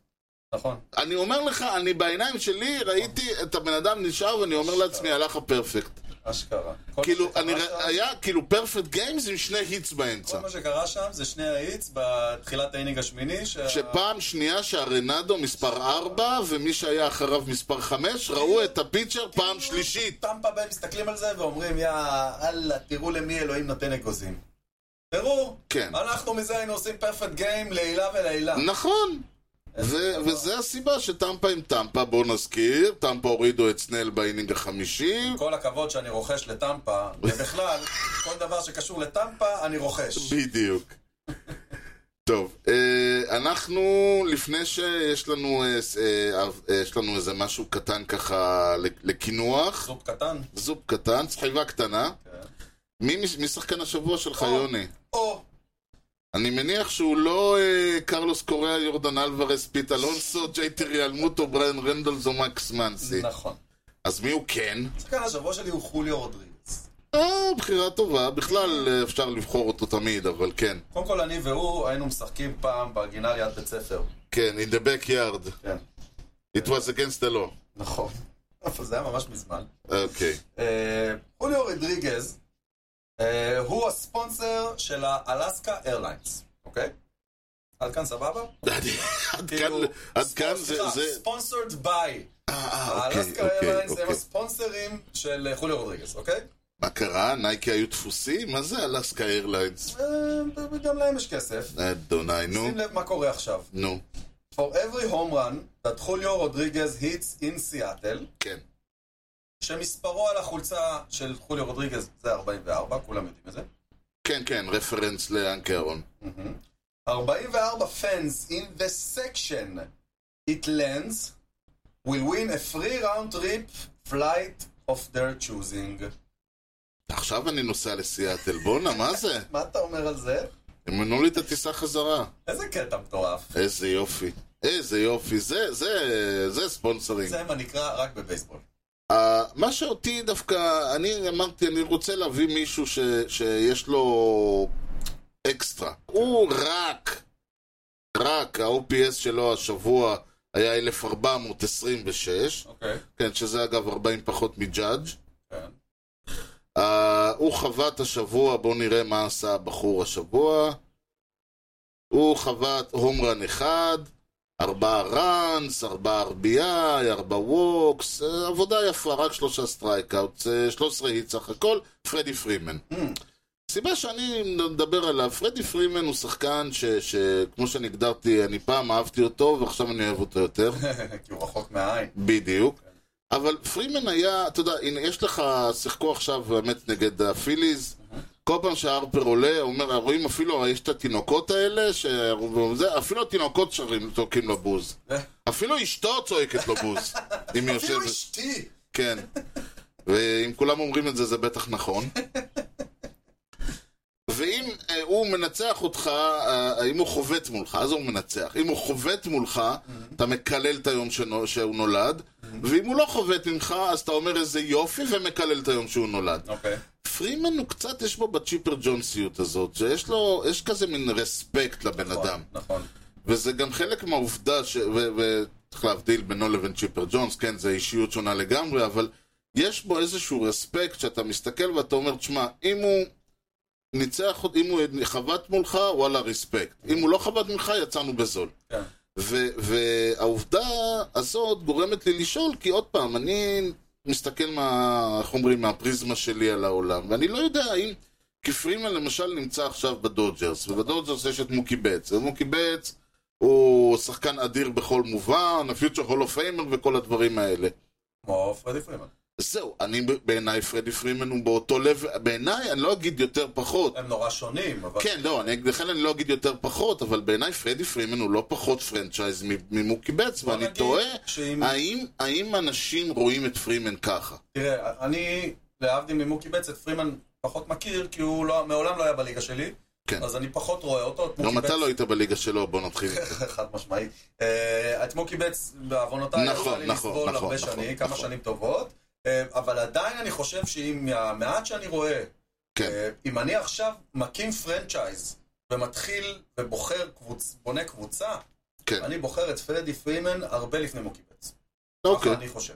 נכון.
אני אומר לך, אני בעיניים שלי ראיתי את הבן אדם נשאר, ואני אומר לעצמי, הלך הפרפקט.
אשכרה. כל
כאילו,
מה שקרה
אני...
שם-
ר- היה כאילו פרפקט גיימס עם שני היטס
כל
באמצע.
מה שקרה שם זה שני האיץ בתחילת האינינג השמיני. שה-
שפעם שנייה שהרנדו מספר 4 ומי שהיה אחריו מספר 5 ראו את הפיצ'ר פעם שלישית.
טמפה ביי מסתכלים על זה ואומרים, יא אללה, תראו למי אלוהים נותן אגוזים. תראו,
כן.
אנחנו מזה היינו עושים פרפקט גיים לעילה ולעילה.
נכון. ו- וזה הסיבה שטמפה עם טמפה, בואו נזכיר, טמפה הורידו את סנל באינינג החמישי.
עם כל הכבוד שאני רוכש לטמפה, ובכלל, כל דבר שקשור לטמפה, אני רוכש.
בדיוק. טוב, אה, אנחנו, לפני שיש לנו, אה, ס- אה, אה, יש לנו איזה משהו קטן ככה לקינוח,
זופ קטן.
זופ קטן, סחיבה קטנה. מי מש- מי שחקן השבוע שלך, יוני?
או,
אני מניח שהוא לא אה, קרלוס קוריאה, יורדן אלוורס, פיט אלונסו, ג'יי טריאלמוטו, בריין רנדלס או מקס מנסי.
נכון.
אז מי הוא כן?
שחקן השבוע שלי הוא חוליו רודריגס. אה,
אה, בחירה טובה. בכלל אה, אפשר לבחור אותו תמיד, אבל כן.
קודם כל, אני והוא היינו משחקים פעם בגינה ליד בית ספר.
כן, in the backyard.
כן.
It was against the law.
נכון. אבל זה היה ממש מזמן.
אוקיי.
אה, חוליו רודריגז אה, הוא הספונסר של האלסקה איירליינס, אוקיי? עד כאן סבבה? כאילו,
עד כאן, עד כאן זה... זה-
ספונסרד ביי.
אה, אוקיי,
האלסקה
אוקיי,
איירליינס הם
אוקיי.
הספונסרים של אה, חוליו רודריגז, אוקיי?
מה קרה? נייקי היו דפוסים? מה זה אלסקה איירליינס?
אה, גם להם יש כסף.
אדוני, נו.
שים לב מה קורה עכשיו.
נו,
For every home run that חוליו רודריגז hits in Seattle,
כן.
שמספרו על החולצה של חוליו רודריגז זה 44, כולם יודעים את זה.
כן, כן, רפרנס לאנקה אהרון.
44 fans in the section it lands will win a free round trip flight of their choosing.
עכשיו אני נוסע לסיאטל, בואנה, מה זה?
מה אתה אומר על זה?
הם מנעו לי את הטיסה חזרה.
איזה קטע מטורף.
איזה יופי. איזה יופי. זה, זה, זה ספונסרינג.
זה מה נקרא רק בבייסבול.
Uh, מה שאותי דווקא, אני אמרתי, אני רוצה להביא מישהו ש, שיש לו אקסטרה. הוא רק, רק, ה-OPS שלו השבוע היה 1426,
אוקיי.
כן, שזה אגב 40 פחות מג'אדג'.
כן. [laughs]
Uh, הוא חבט השבוע, בואו נראה מה עשה הבחור השבוע. הוא חבט הום רן אחד, ארבעה ראנס, ארבעה RBI, ארבעה ווקס, אה, עבודה יפה, רק שלושה סטרייקאוטס, אה, 13 היט סך הכל, פרדי פרימן. סיבה שאני מדבר עליו, פרדי פרימן הוא שחקן ש- שכמו שאני הגדרתי, אני פעם אהבתי אותו ועכשיו אני אוהב אותו יותר.
כי הוא רחוק מהעין.
בדיוק. אבל פרימן היה, אתה יודע, הנה, יש לך, שיחקו עכשיו באמת נגד הפיליז, כל פעם שההרפר עולה, הוא אומר, רואים אפילו, יש את התינוקות האלה, ש... זה, אפילו התינוקות שרים, צועקים לו בוז. אפילו אשתו צועקת לו בוז, אם היא
אפילו
יושבת,
אשתי!
כן. ואם כולם אומרים את זה, זה בטח נכון. ואם אה, הוא מנצח אותך, אה, אם הוא חובט מולך, אז הוא מנצח. אם הוא חובט מולך, אתה מקלל את היום שנו- שהוא נולד, ואם הוא לא חובט ממך, אז אתה אומר איזה יופי ומקלל את היום שהוא נולד.
אוקיי.
פרימן הוא קצת, יש בו בצ'יפר ג'ונסיות הזאת, שיש לו, יש כזה מין רספקט לבן אדם.
נכון.
וזה גם חלק מהעובדה, ש... ו- ו- צריך להבדיל בינו לבין צ'יפר ג'ונס, כן, זה אישיות שונה לגמרי, אבל יש בו איזשהו רספקט שאתה מסתכל ואתה אומר, תשמע, אם הוא ניצח, אם הוא חבט מולך, וואלה, רספקט. אם הוא לא חבט ממך, יצאנו בזול.
כן.
ו- והעובדה הזאת גורמת לי לשאול, כי עוד פעם, אני מסתכל מה, איך אומרים, מהפריזמה שלי על העולם, ואני לא יודע האם כפרימה למשל נמצא עכשיו בדודג'רס, ובדודג'רס יש את מוקי בץ, ומוקי בץ הוא שחקן אדיר בכל מובן, ה-future hall of famer וכל הדברים האלה.
כמו פרדי פרימן.
זהו, אני בעיניי פרדי פרימן הוא באותו לב, בעיניי אני לא אגיד יותר פחות,
הם נורא שונים, אבל...
כן, לא, אני, לכן אני לא אגיד יותר פחות, אבל בעיניי פרדי פרימן הוא לא פחות פרנצ'ייז מ- ממוקי בץ,
בוא
ואני
נגיד
תוהה,
שאם-
האם, האם אנשים רואים את פרימן ככה?
תראה, אני, להבדיל ממוקי בץ, את פרימן פחות מכיר, כי הוא לא, מעולם לא היה בליגה שלי.
כן.
אז אני פחות רואה אותו. את מוקי
גם אתה
בץ- כן.
לא היית בליגה שלו, בוא נתחיל.
חד משמעי. אה, את מוקי בץ, בעוונותיי,
נכון,
יצא לי
נכון,
לסבול
נכון,
הרבה
נכון,
שנים, כמה
נכון.
שנים טובות, אה, אבל עדיין אני חושב שאם מהמעט שאני רואה,
כן.
אה, אם אני עכשיו מקים פרנצ'ייז ומתחיל ובוחר, קבוצ- בונה קבוצה,
כן.
אני בוחר את פרדי פרימן הרבה לפני מוקי בץ.
אוקיי,
ככה אני חושב.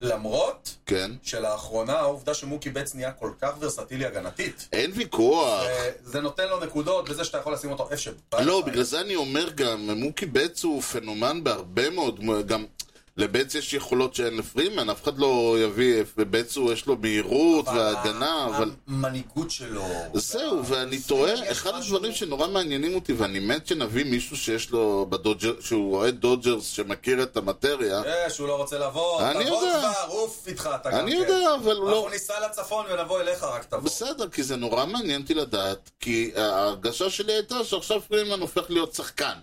למרות
כן.
שלאחרונה העובדה שמוקי בץ נהיה כל כך ורסטילי הגנתית,
אין ויכוח.
אה, זה נותן לו נקודות בזה שאתה יכול לשים אותו איפה שבא.
לא,
לך.
בגלל זה אני אומר גם, מוקי בץ הוא פנומן בהרבה מאוד, גם לבץ יש יכולות שאין לפרימן, אף אחד לא יביא, בץ הוא יש לו מהירות והגנה, אבל...
המנהיגות שלו...
זהו,
וה-
ואני תוהה,
יש
אחד
משהו-
הדברים שנורא מעניינים אותי, ואני מת שנביא מישהו שיש לו בדודג'ר, שהוא אוהד דודג'רס, שמכיר את המטריה,
אה, שהוא לא רוצה לבוא,
אני
תבוא
יודע.
כבר, עוף איתך, אתה גם
אני
כן.
יודע, אבל הוא
אנחנו
לא...
ניסע לצפון ונבוא אליך, רק תבוא.
בסדר, כי זה נורא מעניין אותי לדעת, כי ההרגשה שלי הייתה שעכשיו פרימן הופך להיות שחקן.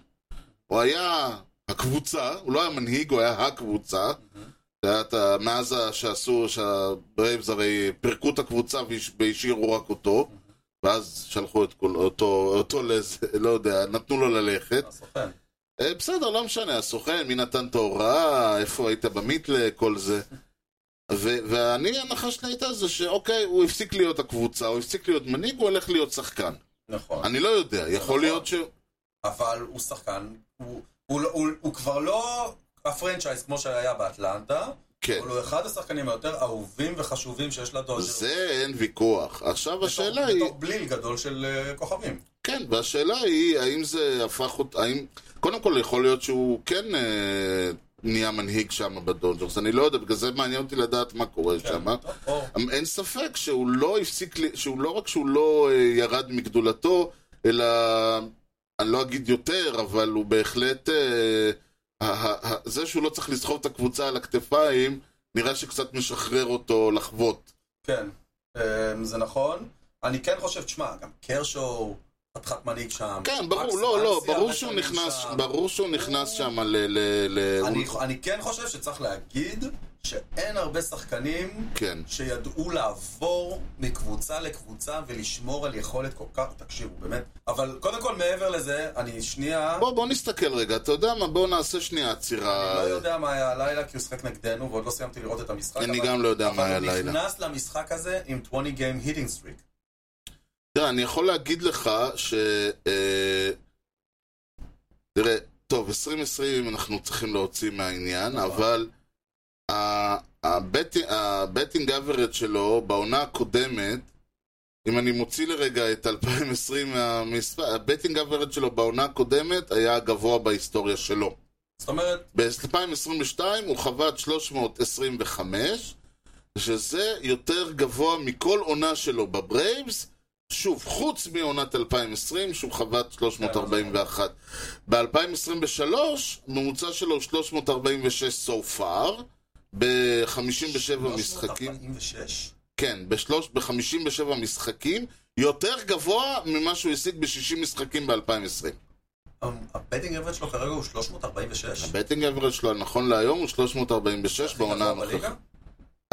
הוא היה הקבוצה, הוא לא היה מנהיג, הוא היה הקבוצה. זה היה את ה- מאז ה- שעשו, שהברייבס הרי פירקו את הקבוצה והש- והשאירו רק אותו, ואז שלחו את כל- אותו, אותו לאיזה, לא יודע, נתנו לו ללכת.
הסוכן.
אה, בסדר, לא משנה, הסוכן, מי נתן את ההוראה, איפה היית במיתלה, כל זה. ו- ואני, ההנחה שלי הייתה זה שאוקיי, הוא הפסיק להיות הקבוצה, הוא הפסיק להיות מנהיג, הוא הולך להיות שחקן.
נכון.
אני לא יודע, יכול
נכון.
להיות ש...
אבל הוא שחקן, הוא- הוא לא- הוא- הוא כבר לא הפרנצ'ייז כמו שהיה באטלנטה,
כן.
אבל הוא אחד השחקנים היותר אהובים וחשובים שיש לדודג'ר.
זה אין ויכוח. עכשיו השאלה היא...
בתור בליל גדול של אה, כוכבים.
כן, והשאלה היא, האם זה הפך אות... האם... קודם כל, יכול להיות שהוא כן אה, נהיה מנהיג שם בדודג'רס, אני לא יודע, בגלל זה מעניין אותי לדעת מה קורה
כן,
שם.
טוב, אור.
אמ, אין ספק שהוא לא הפסיק, ל- שהוא לא רק שהוא לא אה, ירד מגדולתו, אלא אני לא אגיד יותר, אבל הוא בהחלט, אה, ה- ה- ה- זה שהוא לא צריך לסחוב את הקבוצה על הכתפיים, נראה שקצת משחרר אותו לחוות.
כן, אמ, זה נכון. אני כן חושב, תשמע, גם קרשו חתיכת מנהיג שם.
כן, ברור,
מקס
לא, לא,
אנסי
ברור
הרבה
שהוא
שנים
נכנס,
שם.
ברור שהוא נכנס שם ל... ל- ל-
אני-
הוא-
אני כן חושב שצריך להגיד שאין הרבה שחקנים
כן,
שידעו לעבור מקבוצה לקבוצה ולשמור על יכולת כל כך, תקשיבו, באמת. אבל קודם כל, מעבר לזה, אני שנייה,
בוא, בוא נסתכל רגע, אתה יודע מה, בואו נעשה שנייה עצירה.
אני לא יודע מה היה הלילה, כי הוא שחק נגדנו, ועוד לא סיימתי לראות את המשחק.
אני
אבל-
גם לא יודע מה היה
אבל הוא
הלילה.
נכנס למשחק הזה עם 20 Game Hitting Streak.
תראה, אני יכול להגיד לך ש... אה, תראה, טוב, 2020 אנחנו צריכים להוציא מהעניין,
נכון.
אבל ה- הבטי- הבטינג אברד שלו בעונה הקודמת, אם אני מוציא לרגע את 2020 מהמספר, הבטינג אברד שלו בעונה הקודמת היה הגבוה בהיסטוריה שלו.
זאת אומרת,
ב-2022 הוא חבט 325, שזה יותר גבוה מכל עונה שלו בברייבס, שוב, חוץ מעונת 2020, שהוא חבט 341. ב-2023, ממוצע שלו הוא 346 so far, ב-57 משחקים,
346?
כן, בשלוש- ב-57 משחקים, יותר גבוה ממה שהוא השיג ב-60 משחקים ב-2020.
אמ, הבטינג אברד שלו כרגע הוא 346.
הבטינג אברד שלו נכון להיום הוא 346 בעונה
גבוה
הנוכחית.
בליגה?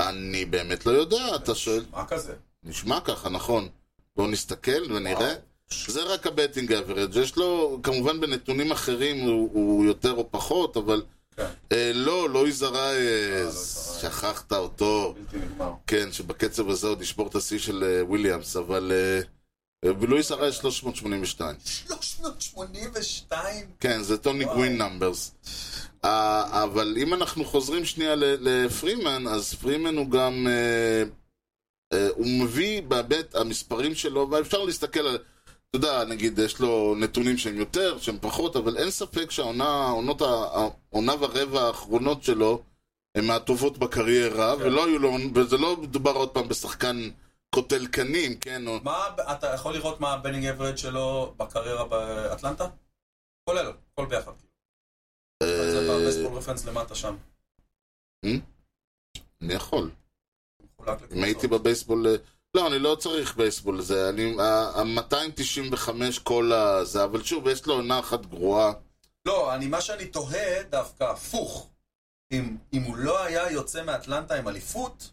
אני באמת לא יודע, אתה שואל,
מה כזה?
נשמע ככה, נכון. בואו נסתכל ונראה.
וואו.
זה רק הבטינג אברג', יש לו, כמובן בנתונים אחרים הוא, הוא יותר או פחות, אבל...
כן.
אה, לא, לא יזרע,
לא,
אה,
לואיס ארייז.
שכחת אותו.
בלתי נגמר.
כן, שבקצב הזה עוד ישבור את השיא של אה, וויליאמס, אבל... אה, אה, ולואיס הרי 382.
382?
כן, זה טוני
וואו.
גווין נאמברס. אה, אבל אם אנחנו חוזרים שנייה ל- לפרימן, אז פרימן הוא גם... אה, אה, הוא מביא באמת, המספרים שלו, ואפשר להסתכל על... אתה יודע, נגיד, יש לו נתונים שהם יותר, שהם פחות, אבל אין ספק שהעונה, העונות ה- העונה והרבע האחרונות שלו הן מהטובות בקריירה, ולא היו לו, וזה לא מדובר עוד פעם בשחקן קוטל קנים, כן? או...
מה, אתה יכול לראות מה הבנינג אברד שלו בקריירה באטלנטה? כולל, הכל ביחד.
אה,
זה בהרבה רפרנס למטה שם.
אני יכול.
מחולק
אם
לקבוצות.
הייתי בבייסבול... אה, לא, אני לא צריך בייסבול זה. אני... ה-295 כל הזה, אבל שוב, יש לו עונה אחת גרועה.
לא, אני, מה שאני תוהה דווקא הפוך. אם, אם הוא לא היה יוצא מאטלנטה עם אליפות,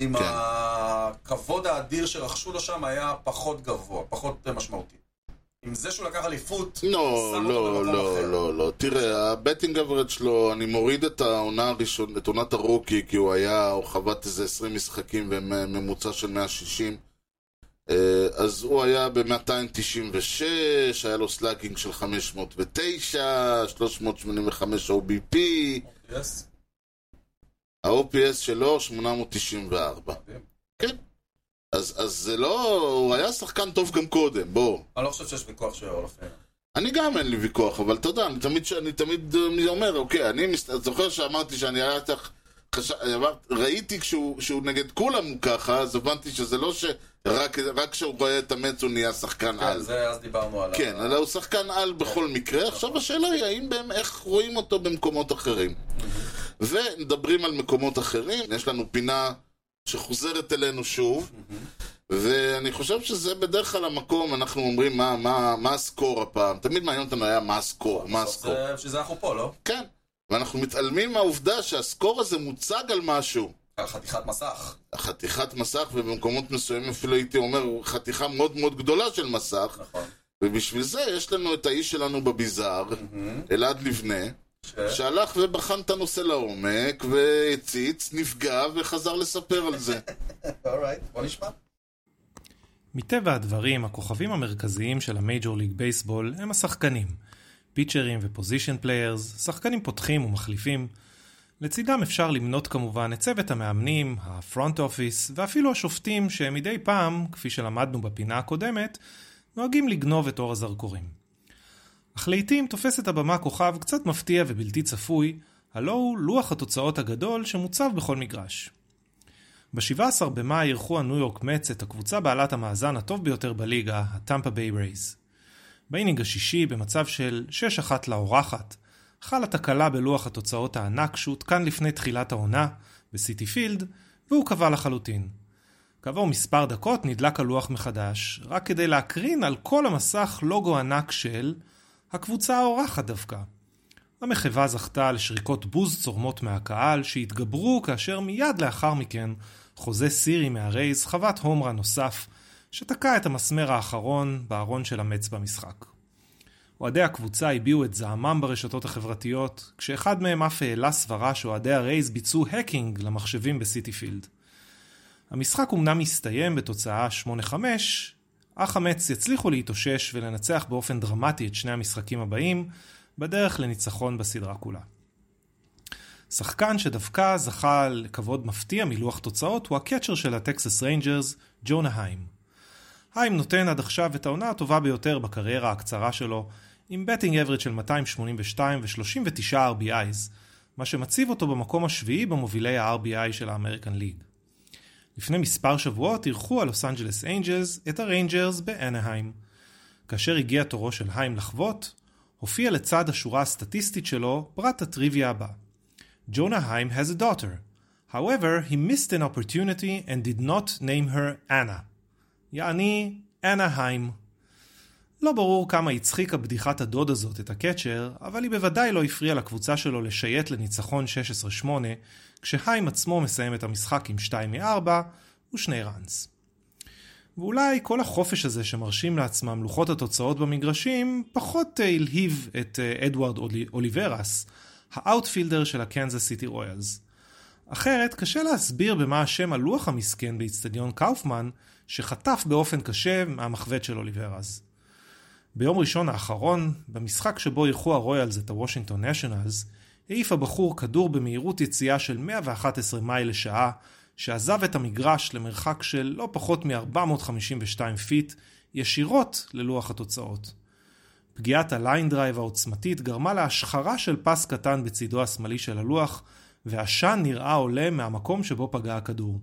אם
כן.
הכבוד האדיר שרכשו לו שם היה פחות גבוה, פחות אה, משמעותי. עם זה שהוא לקח אליפות,
לא,
שם
לא,
אותו במקום אחר.
לא, לא, לא. תראה, הבטינג אברד שלו, אני מוריד את העונה הראשונה, את עונת הרוקי, כי הוא היה, הוא חבט איזה 20 משחקים וממוצע של 160. אה, אז הוא היה ב-296, היה לו סלאגינג של 509, 385 OBP,
יס,
ה-OPS שלו 894.
מדהים.
כן. אז, אז זה לא... הוא היה שחקן טוב גם קודם, בוא.
אני לא חושב שיש ויכוח שהוא אולף
אני גם אין לי ויכוח, אבל אתה יודע, אני תמיד, אני תמיד אה, אומר, אוקיי, אני מס... את זוכר שאמרתי שאני היה לך... חש... אמר... ראיתי כשהוא, שהוא נגד כולם הוא ככה, אז הבנתי שזה לא שרק רק כשהוא רואה את המץ הוא נהיה שחקן
כן,
על.
זה אז דיברנו עליו.
כן, אלא הוא שחקן על בכל מקרה. עכשיו השאלה היא האם בהם, איך רואים אותו במקומות אחרים. ומדברים על מקומות אחרים, יש לנו פינה שחוזרת אלינו שוב, ואני חושב שזה בדרך כלל המקום, אנחנו אומרים מה, מה, מה הסקור הפעם. תמיד מעניין אותנו היה מה הסקור, מה
בסוף
הסקור.
זה- בשביל זה אנחנו פה, לא?
כן, ואנחנו מתעלמים מהעובדה שהסקור הזה מוצג על משהו.
על חתיכת מסך.
חתיכת מסך, ובמקומות מסוימים אפילו הייתי אומר חתיכה מאוד מאוד גדולה של מסך.
נכון.
ובשביל זה יש לנו את האיש שלנו בביזאר,
Mm-hmm.
אלעד לבנה, שהלך ובחן את הנושא לעומק, והציץ, נפגע, וחזר לספר על זה.
אורייט, בוא נשמע.
מטבע הדברים, הכוכבים המרכזיים של המייג'ור ליג בייסבול הם השחקנים. פיצ'רים ופוזיישן פליירס, שחקנים פותחים ומחליפים. לצידם אפשר למנות כמובן את צוות המאמנים, הפרונט אופיס, ואפילו השופטים שמדי פעם, כפי שלמדנו בפינה הקודמת, נוהגים לגנוב את אור הזרקורים. אך לעתים תופסת הבמה כוכב קצת מפתיע ובלתי צפוי, הלא הוא לוח התוצאות הגדול שמוצב בכל מגרש. ב-17 במאי אירחו הניו יורק מצ את הקבוצה בעלת המאזן הטוב ביותר בליגה, הטמפה ביי רייז. באינינג השישי, במצב של 6-1 לאורחת, חלה תקלה בלוח התוצאות הענק שהותקן לפני תחילת העונה, בסיטי פילד, והוא קבע לחלוטין. כעבור מספר דקות נדלק הלוח מחדש, רק כדי להקרין על כל המסך לוגו ענק של הקבוצה האורחת דווקא. המחווה זכתה לשריקות בוז צורמות מהקהל, שהתגברו כאשר מיד לאחר מכן חוזה סירי מהרייז חבט הומרה נוסף, שתקע את המסמר האחרון בארון של המץ במשחק. אוהדי הקבוצה הביעו את זעמם ברשתות החברתיות, כשאחד מהם אף העלה סברה שאוהדי הרייז ביצעו האקינג למחשבים בסיטי פילד. המשחק אומנם הסתיים בתוצאה 8-5, אך המץ יצליחו להתאושש ולנצח באופן דרמטי את שני המשחקים הבאים, בדרך לניצחון בסדרה כולה. שחקן שדווקא זכה לכבוד מפתיע מלוח תוצאות הוא הקאצ'ר של הטקסס ריינג'רס, ג'ונה היים. היים נותן עד עכשיו את העונה הטובה ביותר בקריירה הקצרה שלו, עם בטינג אברד של 282 ו-39 RBIs, מה שמציב אותו במקום השביעי במובילי ה-RBI של האמריקן ליג. לפני מספר שבועות אירחו הלוס אנג'לס איינג'לס את הריינג'רס באנהיים. כאשר הגיע תורו של היים לחוות, הופיע לצד השורה הסטטיסטית שלו פרט הטריוויה הבא: ג'ונה היים has a daughter. However, he missed an opportunity and did not name her Anna. יעני, אנה היים. לא ברור כמה הצחיקה בדיחת הדוד הזאת את הקצ'ר, אבל היא בוודאי לא הפריעה לקבוצה שלו לשייט לניצחון 16-8, כשהיים עצמו מסיים את המשחק עם 2 מ-4 ושני ראנס. ואולי כל החופש הזה שמרשים לעצמם לוחות התוצאות במגרשים, פחות אה, הלהיב את אה, אדוארד אולי- אוליברס, האאוטפילדר של הקנזס סיטי רויאלס. אחרת, קשה להסביר במה אשם הלוח המסכן באיצטדיון קאופמן, שחטף באופן קשה מהמחבט של אוליברס. ביום ראשון האחרון, במשחק שבו אירחו הרויאלס את הוושינגטון נשיונלס, העיף הבחור כדור במהירות יציאה של 111 מייל לשעה, שעזב את המגרש למרחק של לא פחות מ-452 פיט, ישירות ללוח התוצאות. פגיעת הליינדרייב העוצמתית גרמה להשחרה של פס קטן בצידו השמאלי של הלוח, והעשן נראה עולה מהמקום שבו פגע הכדור.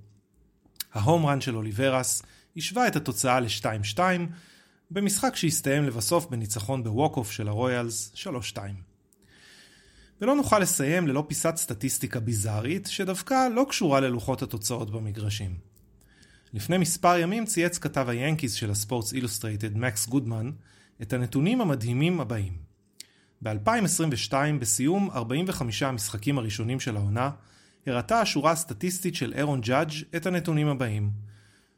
ההום רן של אוליברס השווה את התוצאה ל-2-2, במשחק שהסתיים לבסוף בניצחון בווק-אוף של הרויאלס 3-2. ולא נוכל לסיים ללא פיסת סטטיסטיקה ביזארית, שדווקא לא קשורה ללוחות התוצאות במגרשים. לפני מספר ימים צייץ כתב היאנקיז של הספורטס אילוסטרייטד, מקס גודמן, את הנתונים המדהימים הבאים. ב-2022, בסיום 45 המשחקים הראשונים של העונה, הראתה השורה הסטטיסטית של אירון ג'אדג' את הנתונים הבאים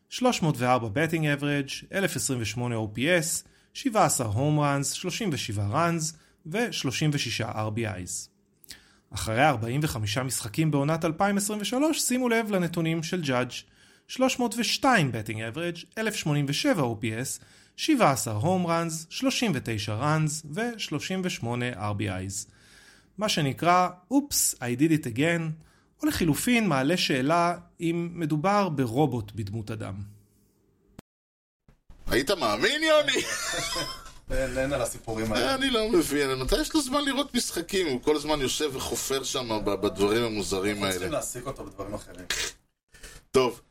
304 betting average, 1028 OPS, 17 home runs, 37 runs ו-36 RBIs. אחרי 45 משחקים בעונת 2023, שימו לב לנתונים של ג'אדג' 302 betting average, 1087 OPS, 17 home runs, 39 runs ו-38 RBIs. מה שנקרא, אופס, I did it again, או לחילופין מעלה שאלה אם מדובר ברובוט בדמות אדם.
היית מאמין, יוני? [laughs]
אין אין על הסיפורים האלה.
אני לא מבין, מתי יש לו זמן לראות משחקים? הוא כל הזמן יושב וחופר שם ב- בדברים המוזרים
צריכים
האלה.
להעסיק אותו בדברים אחרים.
טוב,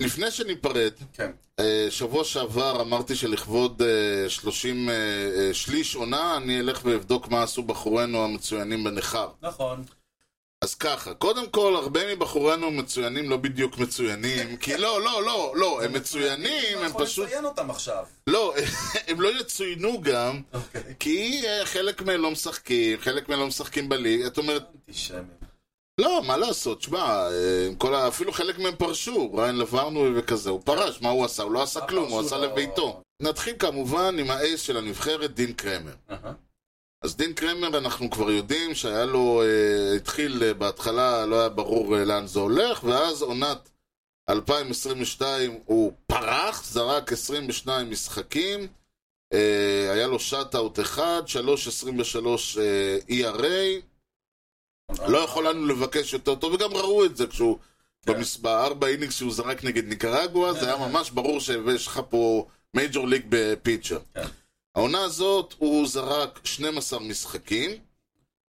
לפני שניפרד,
כן.
אה, שבוע שעבר אמרתי שלכבוד אה, 30 אה, אה, שליש עונה, אני אלך ואבדוק מה עשו בחורינו המצוינים בניכר.
נכון.
אז ככה, קודם כל, הרבה מבחורינו מצוינים לא בדיוק מצוינים, כי לא, לא, לא, לא, הם מצוינים, הם
אני יכול
פשוט...
לציין אותם עכשיו.
לא, [laughs] הם לא יצוינו גם,
אוקיי.
כי אה, חלק מהם לא משחקים, חלק מהם לא משחקים בליגה, את אומרת,
אנטישמי.
לא, מה לעשות, שמע, אה, עם כל ה... אפילו חלק מהם פרשו, ריין לברנוי וכזה, הוא פרש, מה הוא עשה? הוא לא עשה
מה
כלום, הוא
אה, פרשו
עשה
לו?
לביתו. נתחיל כמובן עם האייס של הנבחרת, דין קרמר.
אהה.
אז דין קרמר, אנחנו כבר יודעים שהיה לו, אה, התחיל אה, בהתחלה, לא היה ברור אה, לאן זה הולך, ואז עונת 2022 הוא פרח, זרק 22 משחקים, אה, היה לו שאט-אאוט אחד, 3.23 אה, ERA, לא יכול לנו לבקש יותר טוב, וגם ראו את זה כשהוא...
כן.
במס- בארבע אינינגס שהוא זרק נגד ניקרגואה, זה היה ממש ברור שיש לך פה מייג'ור ליג בפיצ'ר.
כן.
העונה הזאת הוא זרק 12 משחקים,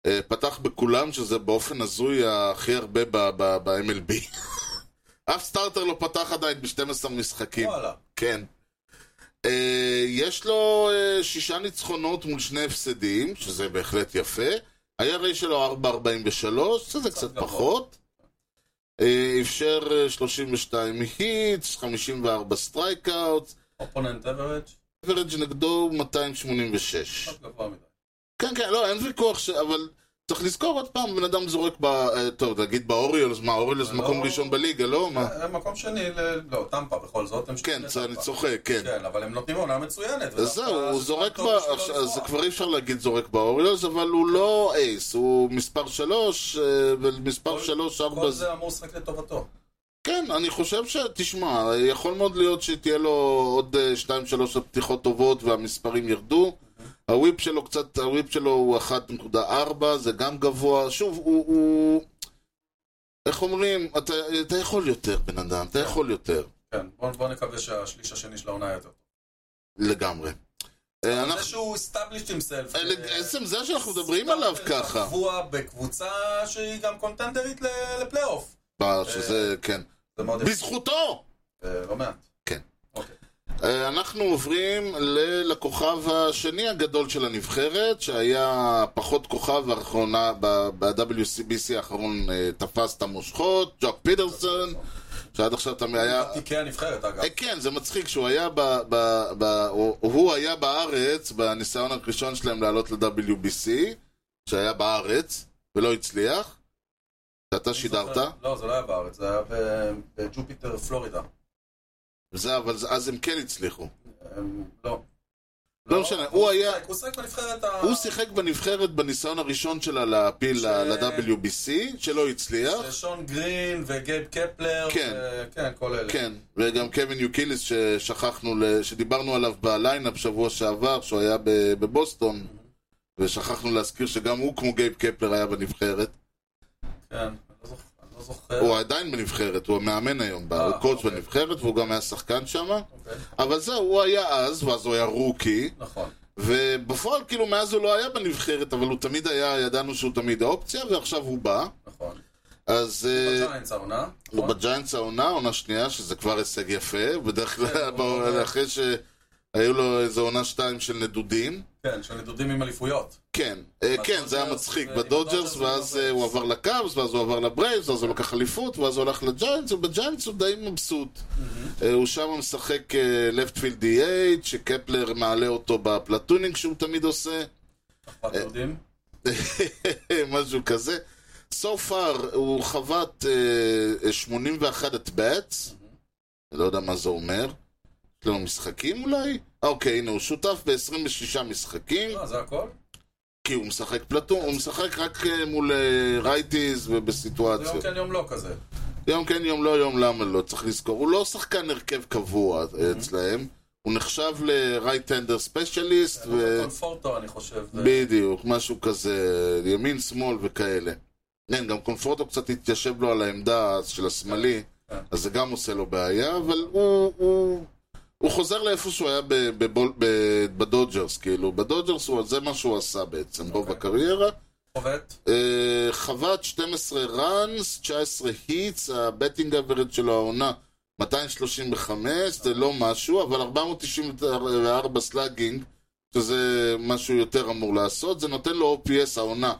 אה, פתח בכולם, שזה באופן הזוי הכי הרבה ב-MLB. [laughs] אף סטארטר לא פתח עדיין ב-12 משחקים.
וואלה.
כן. אה, יש לו אה, שישה ניצחונות מול שני הפסדים, שזה בהחלט יפה. ה-RA שלו 4.43, שזה קצת
גבוה.
פחות. אה, אפשר אה, 32 היטס, 54 סטרייקאוט,
אופוננט אברג'
אברג' נגדו הוא 286.
קצת גבוה מדי.
כן, כן, לא, אין ויכוח, ש... אבל צריך לזכור עוד פעם, בן אדם זורק ב... אה, טוב, נגיד באוריולס, מה, אוריולס
לא.
מקום ראשון בליגה, לא? מה?
אה, מקום שני, ל- לא, טמפה בכל זאת. הם
כן,
שני
זה- אני
טמפה.
צוחק, כן.
כן, אבל הם נותנים עונה מצוינת.
אז זהו,
ודווקא
הוא
זה
זורק ב...
טוב בשבילו
עכשיו, אז זה
לזרוק.
כבר אי אפשר להגיד זורק באוריולס, אבל הוא לא אייס, הוא מספר שלוש, אה, ומספר
כל-
שלוש, ארבע...
כל
זה...
זה אמור לשחק לטובתו.
כן, אני חושב ש... תשמע, יכול מאוד להיות שתהיה לו עוד אה, שתיים, שלוש פתיחות טובות והמספרים ירדו. הוויפ שלו קצת, הוויפ שלו הוא 1.4, זה גם גבוה. שוב, הוא... הוא... איך אומרים? אתה, אתה יכול יותר, בן אדם, אתה יכול יותר.
כן, בוא בוא נקווה שהשליש השני של העונה יותר.
לגמרי. אה,
זה
אנחנו...
שהוא established himself.
אה,
אה,
עצם זה שאנחנו מדברים עליו ככה.
קבוע בקבוצה שהיא גם קונטנדרית ל- לפלייאוף.
ב- שזה, כן.
זה מאוד יפה.
בזכותו!
אה, לא מעט.
אה, אנחנו עוברים ל- לכוכב השני הגדול של הנבחרת, שהיה פחות כוכב האחרונה ב-WCBC האחרון אה, תפס את המושכות, ג'וק פיטרסון, שעד עכשיו אתה היה...
תיקי הנבחרת אגב.
אה, כן, זה מצחיק שהוא היה ב... ב, ב הוא, הוא היה בארץ בניסיון הראשון שלהם לעלות ל-WBC, שהיה בארץ, ולא הצליח, שאתה שידרת.
לא, זה לא היה בארץ, זה היה ב- בג'ופיטר פלורידה.
זה, אבל זה- אז הם כן הצליחו.
אה, לא.
לא משנה, הוא היה-
שיחק, הוא שיחק בנבחרת ה...
הוא שיחק בנבחרת בניסיון הראשון שלה להפיל
ש-
ל-WBC, שלא הצליח.
שון גרין וגייב קפלר.
כן.
ו- כן, כל אלה.
כן, וגם קווין יוקיליס ששכחנו, ל- שדיברנו עליו בליינאפ שבוע שעבר, שהוא היה ב- בבוסטון, ושכחנו להזכיר שגם הוא כמו גייב קפלר היה בנבחרת.
כן, אני לא זוכר. אני לא זוכר.
הוא עדיין בנבחרת, הוא המאמן היום, בה,
אה,
הוא קוץ'
אוקיי.
בנבחרת והוא גם היה שחקן שם.
אוקיי.
אבל זהו, הוא היה אז, ואז הוא היה רוקי,
נכון.
ובפועל כאילו מאז הוא לא היה בנבחרת, אבל הוא תמיד היה, ידענו שהוא תמיד האופציה, ועכשיו הוא בא.
נכון.
אז... אה,
בג'יינטס העונה.
הוא
נכון?
בג'יינטס העונה, עונה שנייה, שזה כבר הישג יפה, בדרך כלל
כן, הוא
בעונה-
עונה.
אחרי שהיו לו איזו עונה שתיים של נדודים.
כן, של נדודים עם אליפויות.
כן, אה, כן, זה היה
בדודג'רס,
מצחיק,
אה,
בדודג'רס,
בדודג'רס לא
ואז
ובברייבס.
אה, הוא עבר לקאבס, ואז הוא עבר לברייבס, ואז הוא לקח אליפות, ואז הוא הלך לג'יינטס, ובג'יינטס הוא די מבסוט. אה, הוא שם משחק אה, לפטפילד DH, שקפלר מעלה אותו בפלטונינג שהוא תמיד עושה. אה,
אחוות יהודים.
[laughs] משהו כזה. So far הוא חבט אה, 81 את באטס, לא יודע מה זה אומר. יש לנו משחקים אולי? אה, אוקיי, הנה, הוא שותף ב-26 משחקים,
אה, זה הכל?
כי הוא משחק פלטון, הוא משחק רק אה, מול אה, רייטיז
זה יום
ובסיטואציות.
כן יום לא כזה.
יום כן, יום לא, יום למה לא, צריך לזכור. הוא לא שחקן הרכב קבוע אה, אצלהם, הוא נחשב ל-right-hander specialist,
נכון.
ו...
קונפורטו, אני חושב. זה-
בדיוק, משהו כזה, ימין, שמאל וכאלה. כן, גם קונפורטו קצת התיישב לו על העמדה אז של השמאלי,
כן.
אז זה גם עושה לו בעיה, אבל הוא, הוא, הוא חוזר לאיפה שהוא היה ב- בבול- ב- בדודג'רס, כאילו, בדודג'רס הוא, זה מה שהוא עשה בעצם, רוב
אוקיי.
הקריירה.
חובט.
אה, חבט 12 ראנס, 19 היטס, הבטינג אברד שלו העונה 235, זה לא משהו, אבל 494 סלאגינג, שזה משהו יותר אמור לעשות, זה נותן לו OPS העונה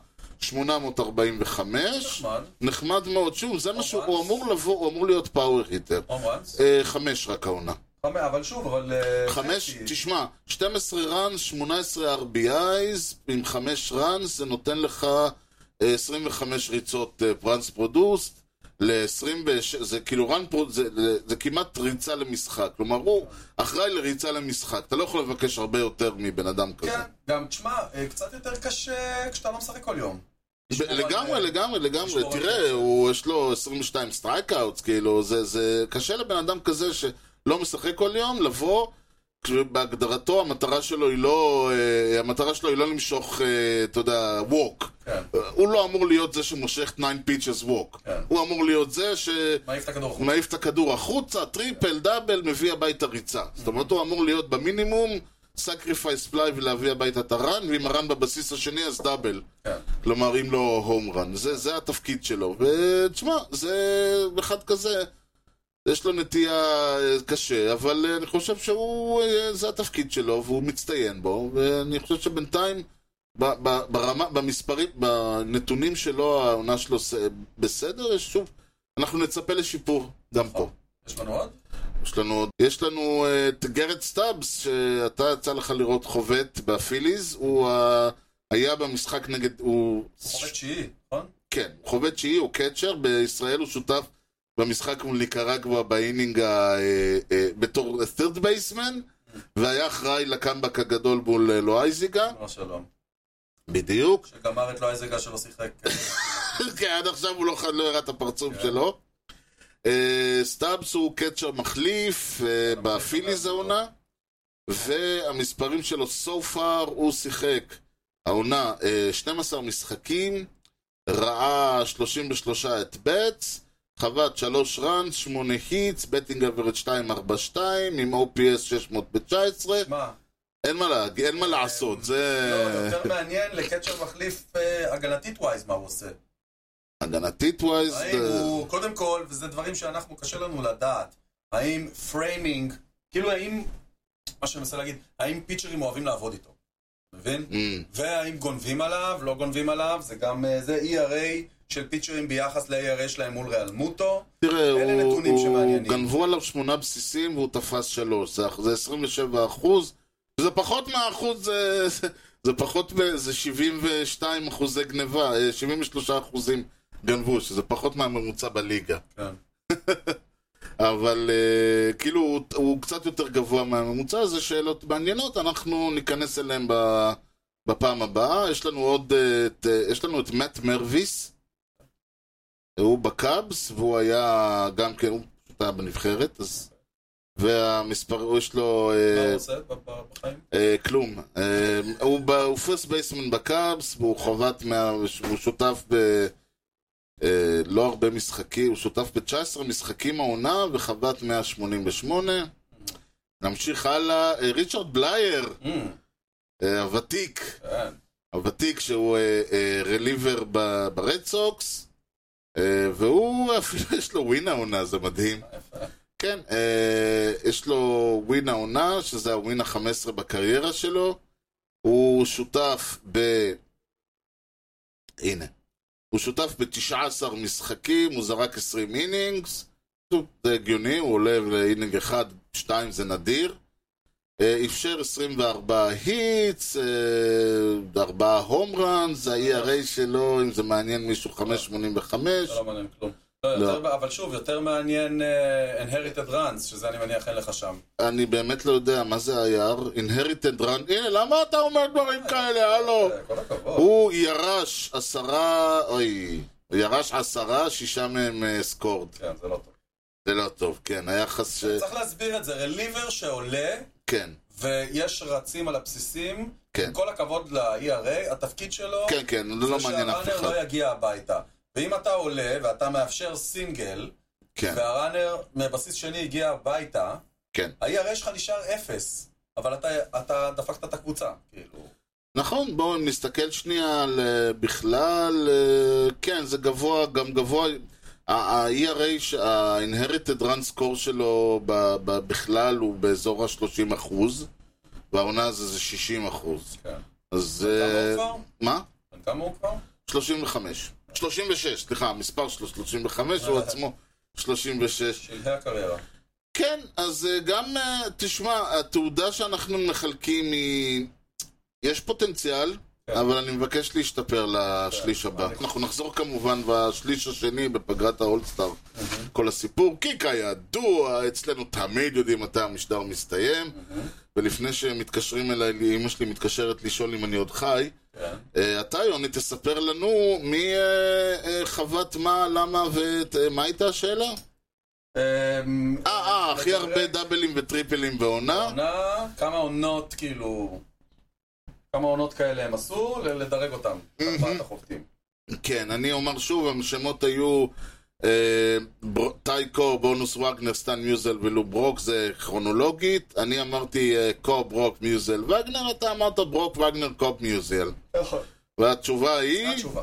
845,
נחמד.
נחמד מאוד, שוב, זה מה שהוא,
ממש.
הוא אמור לבוא, הוא אמור להיות פאוור היטר.
הום ראנס.
אה, חמש רק העונה.
חמש, אבל שוב, אבל... אה,
חמש,
חצי.
תשמע, 12 ראנס, 18 RBIs, עם חמש ראנס, זה נותן לך אה, 25 ריצות אה, פרנס פרודוסט, ל-26, זה כאילו רן פרודוסט, זה, זה- זה כמעט ריצה למשחק. כלומר, הוא אחראי לריצה למשחק. אתה לא יכול לבקש הרבה יותר מבן אדם כזה.
כן, גם, תשמע, אה, קצת יותר קשה כשאתה לא משחק כל יום.
ב-
אה,
לגמרי, לגמרי, לגמרי.
לשמור על
תראה,
זה.
הוא- יש לו 22 סטרייקאוטס, כאילו, זה- זה קשה לבן אדם כזה שלא משחק כל יום, לבוא, בהגדרתו המטרה שלו היא לא, אה, המטרה שלו היא לא למשוך, אה, אתה יודע, ווק.
כן.
הוא לא אמור להיות זה שמושך 9 פיצ'ס ווק.
כן.
הוא אמור להיות זה
מעיף את הכדור חוץ.
שמעיף את הכדור החוצה, טריפל, דאבל, מביא הביתה ריצה. זאת אומרת, הוא אמור להיות במינימום סקריפייס פליי ולהביא הביתה את הרן, ואם הרן בבסיס השני אז דאבל.
כן.
כלומר, אם לא הום רן, זה, זה התפקיד שלו. ותשמע, זה אחד כזה, יש לו נטייה אה, קשה, אבל אה, אני חושב שהוא, אה, זה התפקיד שלו, והוא מצטיין בו, ואני חושב שבינתיים, ב- ב- ברמה, במספרים, בנתונים שלו, העונה שלו ס- בסדר, יש שוב, אנחנו נצפה לשיפור, גם פה.
יש לנו עוד?
יש לנו, עוד- יש לנו אה, את גרד סטאבס, שאתה יצא לך לראות חובט בפיליז, הוא ה- היה במשחק נגד, הוא...
חובט תשיעי, נכון?
כן, חובד תשיעי הוא קצ'ר, בישראל הוא שותף במשחק מול ניקרגואה באינינג ה... אה, אה, בתור third baseman, והיה אחראי לקמבק הגדול מול אה, לואייזיגה,
לא שלום.
בדיוק.
שגמר את לא איזגה שלא שיחק.
[laughs] כן, עד עכשיו הוא לא, לא הראה את הפרצוף
כן.
שלו. אה, סטאבס הוא קצ'ר מחליף אה,
כן,
בפיליז העונה, והמספרים שלו so far הוא שיחק העונה אה, 12 משחקים, ראה 33 את בטס, חבט 3 ראנס, 8 היטס, בטינג אברד 242, עם OPS 619,
מה?
אין מה, להג... אין מה לעשות,
לא,
זה
יותר מעניין לקצ'ר מחליף אה, הגנתית ווייז מה הוא עושה.
הגנתית ווייז.
האם
זה-
הוא, קודם כל, וזה דברים שאנחנו, קשה לנו לדעת, האם פריימינג, כאילו האם, מה שאני מנסה להגיד, האם פיצ'רים אוהבים לעבוד איתו, מבין?
Mm.
והאם גונבים עליו, לא גונבים עליו, זה גם, אה, זה ERA של פיצ'רים ביחס ל-ERA שלהם מול ריאל מוטו,
תראה,
אלה
הוא,
נתונים
הוא
שמעניינים.
גנבו עליו שמונה בסיסים והוא תפס שלוש, זה, זה 27 אחוז, זה פחות מהאחוז, זה, זה, זה פחות, מ- זה 72 אחוזי גניבה, אה, 73 אחוזים גנבו, שזה פחות מהממוצע בליגה.
כן.
[laughs] אבל אה, כאילו הוא, הוא קצת יותר גבוה מהממוצע, זה שאלות מעניינות, אנחנו ניכנס אליהן ב- בפעם הבאה. יש לנו עוד, אה, את, אה, יש לנו את מאט מרוויס, הוא בקאבס, והוא היה גם כן, הוא פשוט היה בנבחרת, אז... והמספר, הוא יש לו
מה הוא
אה,
עושה ב- ב- בחיים?
אה, כלום. אה, הוא ב- הוא פרסט בייסמן בקאבס, והוא חובט, מה- הוא שותף ב... אה, לא הרבה משחקים, הוא שותף ב-19 משחקים העונה וחבט 188. נמשיך הלאה, אה, ריצ'רד בלייר,
אמ,
אה, הוותיק,
כן.
הוותיק שהוא אה, אה, רליבר ב- ברד סוקס, אה, והוא אפילו [laughs] יש לו ווין העונה, זה מדהים. כן, אה, יש לו ווין העונה, שזה הווין ה-15 בקריירה שלו. הוא שותף ב... הנה. הוא שותף ב-19 משחקים, הוא זרק 20 אינינגס. זה הגיוני, הוא עולה לאינינג אחד, שתיים זה נדיר. אה, אפשר 24 היטס, אה, 4 הום ראנס, ה-ERA שלו, אם זה מעניין מישהו, 5.85.
זה לא מעניין כלום. לא, יותר- אבל שוב, יותר מעניין אה, Inherited Runs, שזה אני מניח אין לך שם.
אני באמת לא יודע מה זה היער, Inherited Run, הנה למה אתה אומר דברים כאלה, הלו?
אה, כל הכבוד.
הוא ירש עשרה, אוי, הוא ירש עשרה, שישה מהם אה, סקורד.
כן, זה לא טוב.
זה לא טוב, כן, היחס ש...
צריך להסביר את זה, רליבר שעולה,
כן,
ויש רצים על הבסיסים,
כן.
עם כל הכבוד ל-ERA, התפקיד שלו,
כן, כן, זה לא מעניין אף
שהראנר
אחד.
לא יגיע הביתה. ואם אתה עולה ואתה מאפשר סינגל,
כן,
אה, והראנר מבסיס שני הגיע הביתה,
כן.
ה-ERA שלך נשאר אפס, אבל אתה, אתה דפקת את הקבוצה, כאילו.
נכון, בואו נסתכל שנייה על אה, בכלל, אה, כן, זה גבוה, גם גבוה, ה-ERA, ה-Inherited Run Score שלו ב- ב- בכלל הוא באזור ה-30 אחוז, והעונה הזו זה 60 אחוז.
כן.
אז...
כמה
אה,
הוא כבר?
מה?
בן כמה הוא כבר?
35. 36, סליחה, המספר שלו 35, הוא עצמו 36.
שלהי הקריירה.
כן, אז אה, גם, אה, תשמע, התעודה שאנחנו מחלקים היא... יש פוטנציאל,
כן.
אבל אני מבקש להשתפר לשליש
כן,
הבא.
אני חושב.
אנחנו נחזור כמובן בשליש השני בפגרת האולסטאר. כל הסיפור, כי כידוע, אצלנו תמיד יודעים מתי המשדר מסתיים, ולפני שמתקשרים אליי, אמא שלי מתקשרת לשאול אם אני עוד חי,
כן.
אה, אתה, יוני, תספר לנו מי אה, אה, חוות מה, למה ומה הייתה השאלה?
אמ,
אה, אה, הכי הרבה דאבלים וטריפלים בעונה?
עונה, כמה עונות, כאילו... כמה עונות כאלה הם עשו, ל- לדרג אותם. ארבעת החובטים.
כן, אני אומר שוב, השמות היו אה, בר- טי קור, בונוס וגנר, סטן מיוזל ולו ברוק, זה כרונולוגית. אני אמרתי אה, קור, ברוק, מיוזל, וגנר, אתה אמרת ברוק, וגנר, קופ, מיוזל.
נכון.
והתשובה היא...
מה התשובה?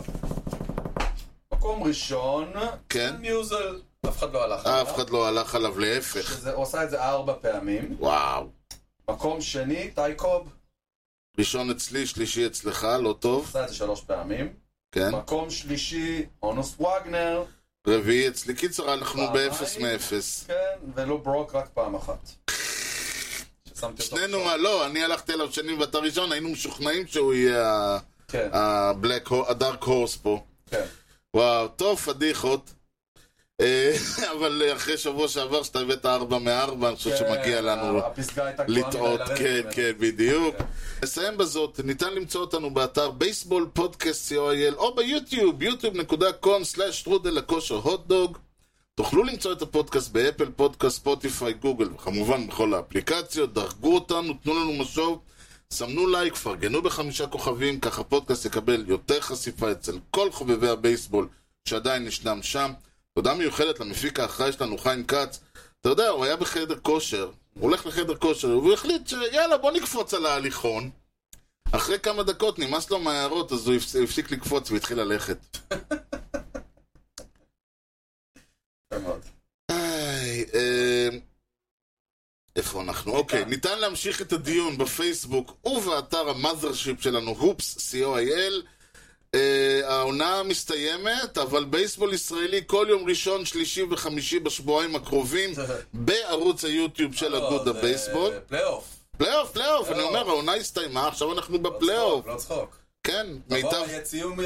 מקום ראשון,
כן.
מיוזל, אף אחד לא הלך.
אף
עליו.
אחד לא הלך עליו, להפך.
שזה- הוא עשה את זה ארבע פעמים.
וואו.
מקום שני, טייקוב,
ראשון אצלי, שלישי אצלך, לא טוב.
עשה את זה שלוש פעמים.
כן.
מקום שלישי, אונוס וגנר,
רביעי אצלי. קיצר, אנחנו
פעמיים.
באפס מאפס.
כן, ולו ברוק רק פעם אחת. ששמתי אותו
שנינו,
ראשון.
לא, אני הלכתי אליו שני ואתה ראשון, היינו משוכנעים שהוא יהיה ה-
כן,
אה, ה-black ho- ה-dark horse פה.
כן.
וואו, טוב, פדיחות. אה, [laughs] אבל אה, אחרי שבוע שעבר שאתה הבאת ארבע מארבע, אני חושב שמגיע
כן,
לנו
הפסגה הייתה גבוהה מדי
לטעות.
לרדת
כן,
ממנה.
כן, בדיוק.
כן.
נסיים בזאת, ניתן למצוא אותנו באתר בייסבול פודקאסט co.il או ביוטיוב, yוטיוב.com/טרודל הכושר הוטדוג. תוכלו למצוא את הפודקאסט באפל, פודקאסט, ספוטיפיי, גוגל, וכמובן בכל האפליקציות, דרגו אותנו, תנו לנו משוב, סמנו לייק, פרגנו בחמישה כוכבים, כך הפודקאסט יקבל יותר חשיפה אצל כל חובבי הבייסבול שעדיין ישנם שם. תודה מיוחדת למפיק האחראי שלנו, חיים כץ. אתה יודע, הוא היה בחדר כושר, הוא הולך לחדר כושר, והוא החליט שיאללה, בוא נקפוץ על ההליכון. אחרי כמה דקות נמאס לו מההערות, אז הוא הפס- הפסיק לקפוץ והתחיל ללכת.
יפה מאוד.
איי, אה, איפה אנחנו? אוקיי, ניתן להמשיך את הדיון בפייסבוק ובאתר המאזרשיפ שלנו, הופס, co.il. אה, העונה מסתיימת, אבל בייסבול ישראלי כל יום ראשון, שלישי וחמישי בשבועיים
[laughs]
הקרובים בערוץ היוטיוב של אגוד
לא, זה
הבייסבול.
פלייאוף.
פלייאוף, פלייאוף, אני
פלייאוף.
אומר, העונה הסתיימה, עכשיו אנחנו
לא
בפלייאוף.
צחוק, לא צחוק.
כן,
מיטב...
מיטב...
היציעים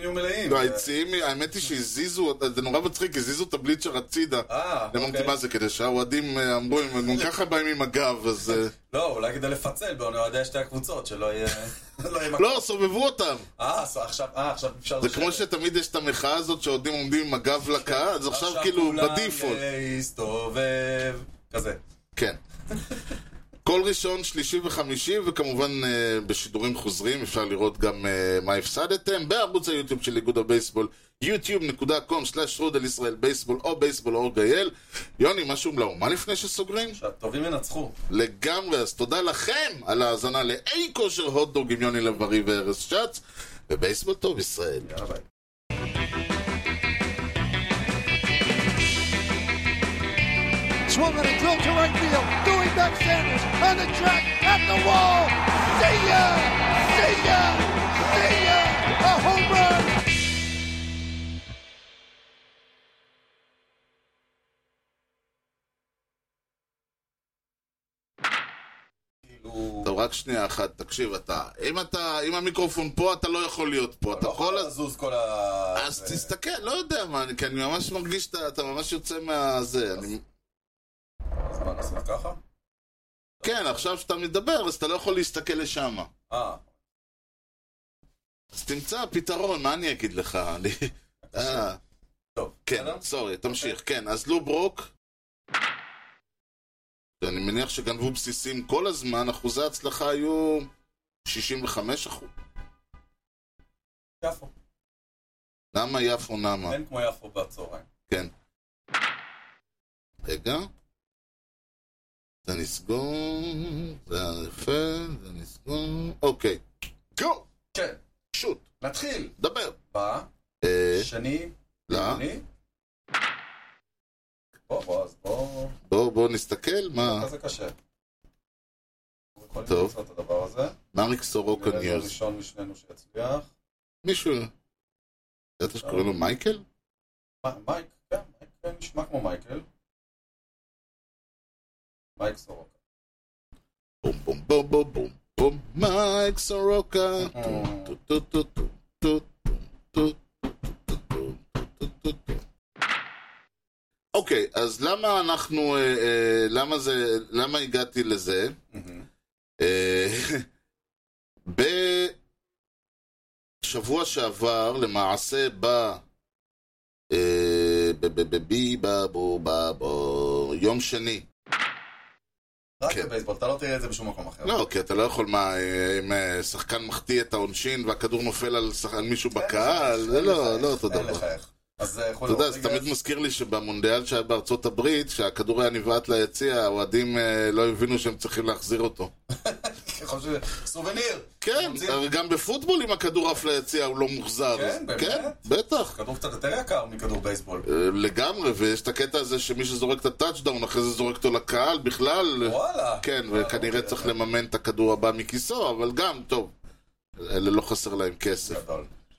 יהיו מלאים.
לא, היציעים, האמת היא שהזיזו, זה נורא מצחיק, הזיזו את הבליצ'ר הצידה.
אה,
הם אמרתי לא מה
אוקיי.
זה, כדי שהאוהדים אה, אמרו, הם גם ככה באים עם הגב, אז... אה,
לא, אולי כדי לפצל בין אוהדי שתי הקבוצות, שלא יהיה... [laughs] לא יהיה מקום.
לא, סובבו אותם.
אה, אז עכשיו אה, עכשיו אפשר...
זה
לשבת.
כמו שתמיד יש את המחאה הזאת שהאוהדים עומדים עם הגב לקהל, אז עכשיו כאילו
כולם
בדיפולט.
יסתובב... כזה.
כן. כל ראשון, שלישי וחמישי, וכמובן אה, בשידורים חוזרים אפשר לראות גם אה, מה הפסדתם בערוץ היוטיוב של איגוד הבייסבול, yוטיוב.com/שרודלישראלבייסבול או בייסבול או גייל. יוני, משהו לאומה לפני שסוגרים?
שהטובים ינצחו.
לגמרי, אז תודה לכם על ההאזנה לאי כושר הוטדוג עם יוני לב-ארי וארז שץ, ובייסבול טוב ישראל.
יאללה ביי.
Swung on a drill to right field. Doing back Sanders on the track at the wall. See ya! See ya! See ya! A home run!
כאילו...
טוב, רק שנייה אחת, תקשיב, אתה, אם אתה, אם המיקרופון פה, אתה לא יכול להיות פה, אתה כל
לא יכול
הזמן...
לזוז כל ה...
אז תסתכל, לא יודע מה, אני- כי אני ממש מרגיש שאתה אתה ממש יוצא מהזה. אני-
אז מה, נעשה ככה?
כן, עכשיו שאתה מדבר, אז אתה לא יכול להסתכל לשם.
אה,
אז תמצא פתרון, מה אני אגיד לך? אני... אה,
טוב. בסדר?
כן, סורי, תמשיך, כן. אז לו ברוק... אני מניח שגנבו בסיסים כל הזמן, אחוזי ההצלחה היו 65 אחוז.
יפו.
למה יפו נמה?
אין כמו יפו בצהריים.
כן. רגע. זה נסגור, זה היה יפה, זה נסגור, אוקיי. גו!
כן,
שוט,
נתחיל.
דבר.
בשני,
אה, לא.
שני. בוא, בוא, אז בוא.
בוא, בוא נסתכל, מה?
ככה זה קשה. אנחנו יכולים
טוב.
למצוא את הדבר הזה.
מריק סורוקה
נראה לי
ניוז.
הראשון משנינו שיצליח.
מישהו... ידעת שקוראים לו מייקל?
מי- מייק, כן, מייק כן, נשמע כמו מייקל. מייק סורוקה.
בום בום בום בום בום בום מייק סורוקה. טום, טו, טו, טו, טו, טו, טו, טו, טו, טו, טו, טו, טו. אוקיי, אז למה אנחנו, אה, אה, למה זה, למה הגעתי לזה?
מהמם.
אה, [laughs] בשבוע שעבר, למעשה, ב... אה, ב- ב- ב- בי, ב- בו, ב- בו, יום שני.
רק
כן.
בבייסבול, אתה לא תראה את זה בשום מקום אחר.
לא, כי אתה לא יכול, מה, אה, אם אה, שחקן מחטיא את העונשין והכדור נופל על שח- על
כן,
מישהו בקהל, זה לא, לא אותו
אין
דבר.
לחייך. אז אה, יכול
אתה יודע,
להיות.
זה
רגע,
תמיד מזכיר לי שבמונדיאל שהיה בארצות הברית, כשהכדור היה נבעט ליציע, האוהדים אה, לא הבינו שהם צריכים להחזיר אותו.
יכול להיות ש- סובניר!
כן,
מוציא-
אבל גם בפוטבול אם הכדור עף ליציע הוא לא מוחזר.
כן,
אז-
באמת?
כן, בטח.
כדור קצת יותר יקר מכדור בייסבול.
אה, לגמרי, ויש את הקטע הזה שמי שזורק את הטאצ'דאון, אחרי זה זורק אותו לקהל בכלל.
וואלה.
כן,
וואלה,
וכנראה
אוקיי,
צריך
אוקיי.
לממן את הכדור הבא מכיסו, אבל גם, טוב, אלה אה, לא חסר להם כסף.
גדול.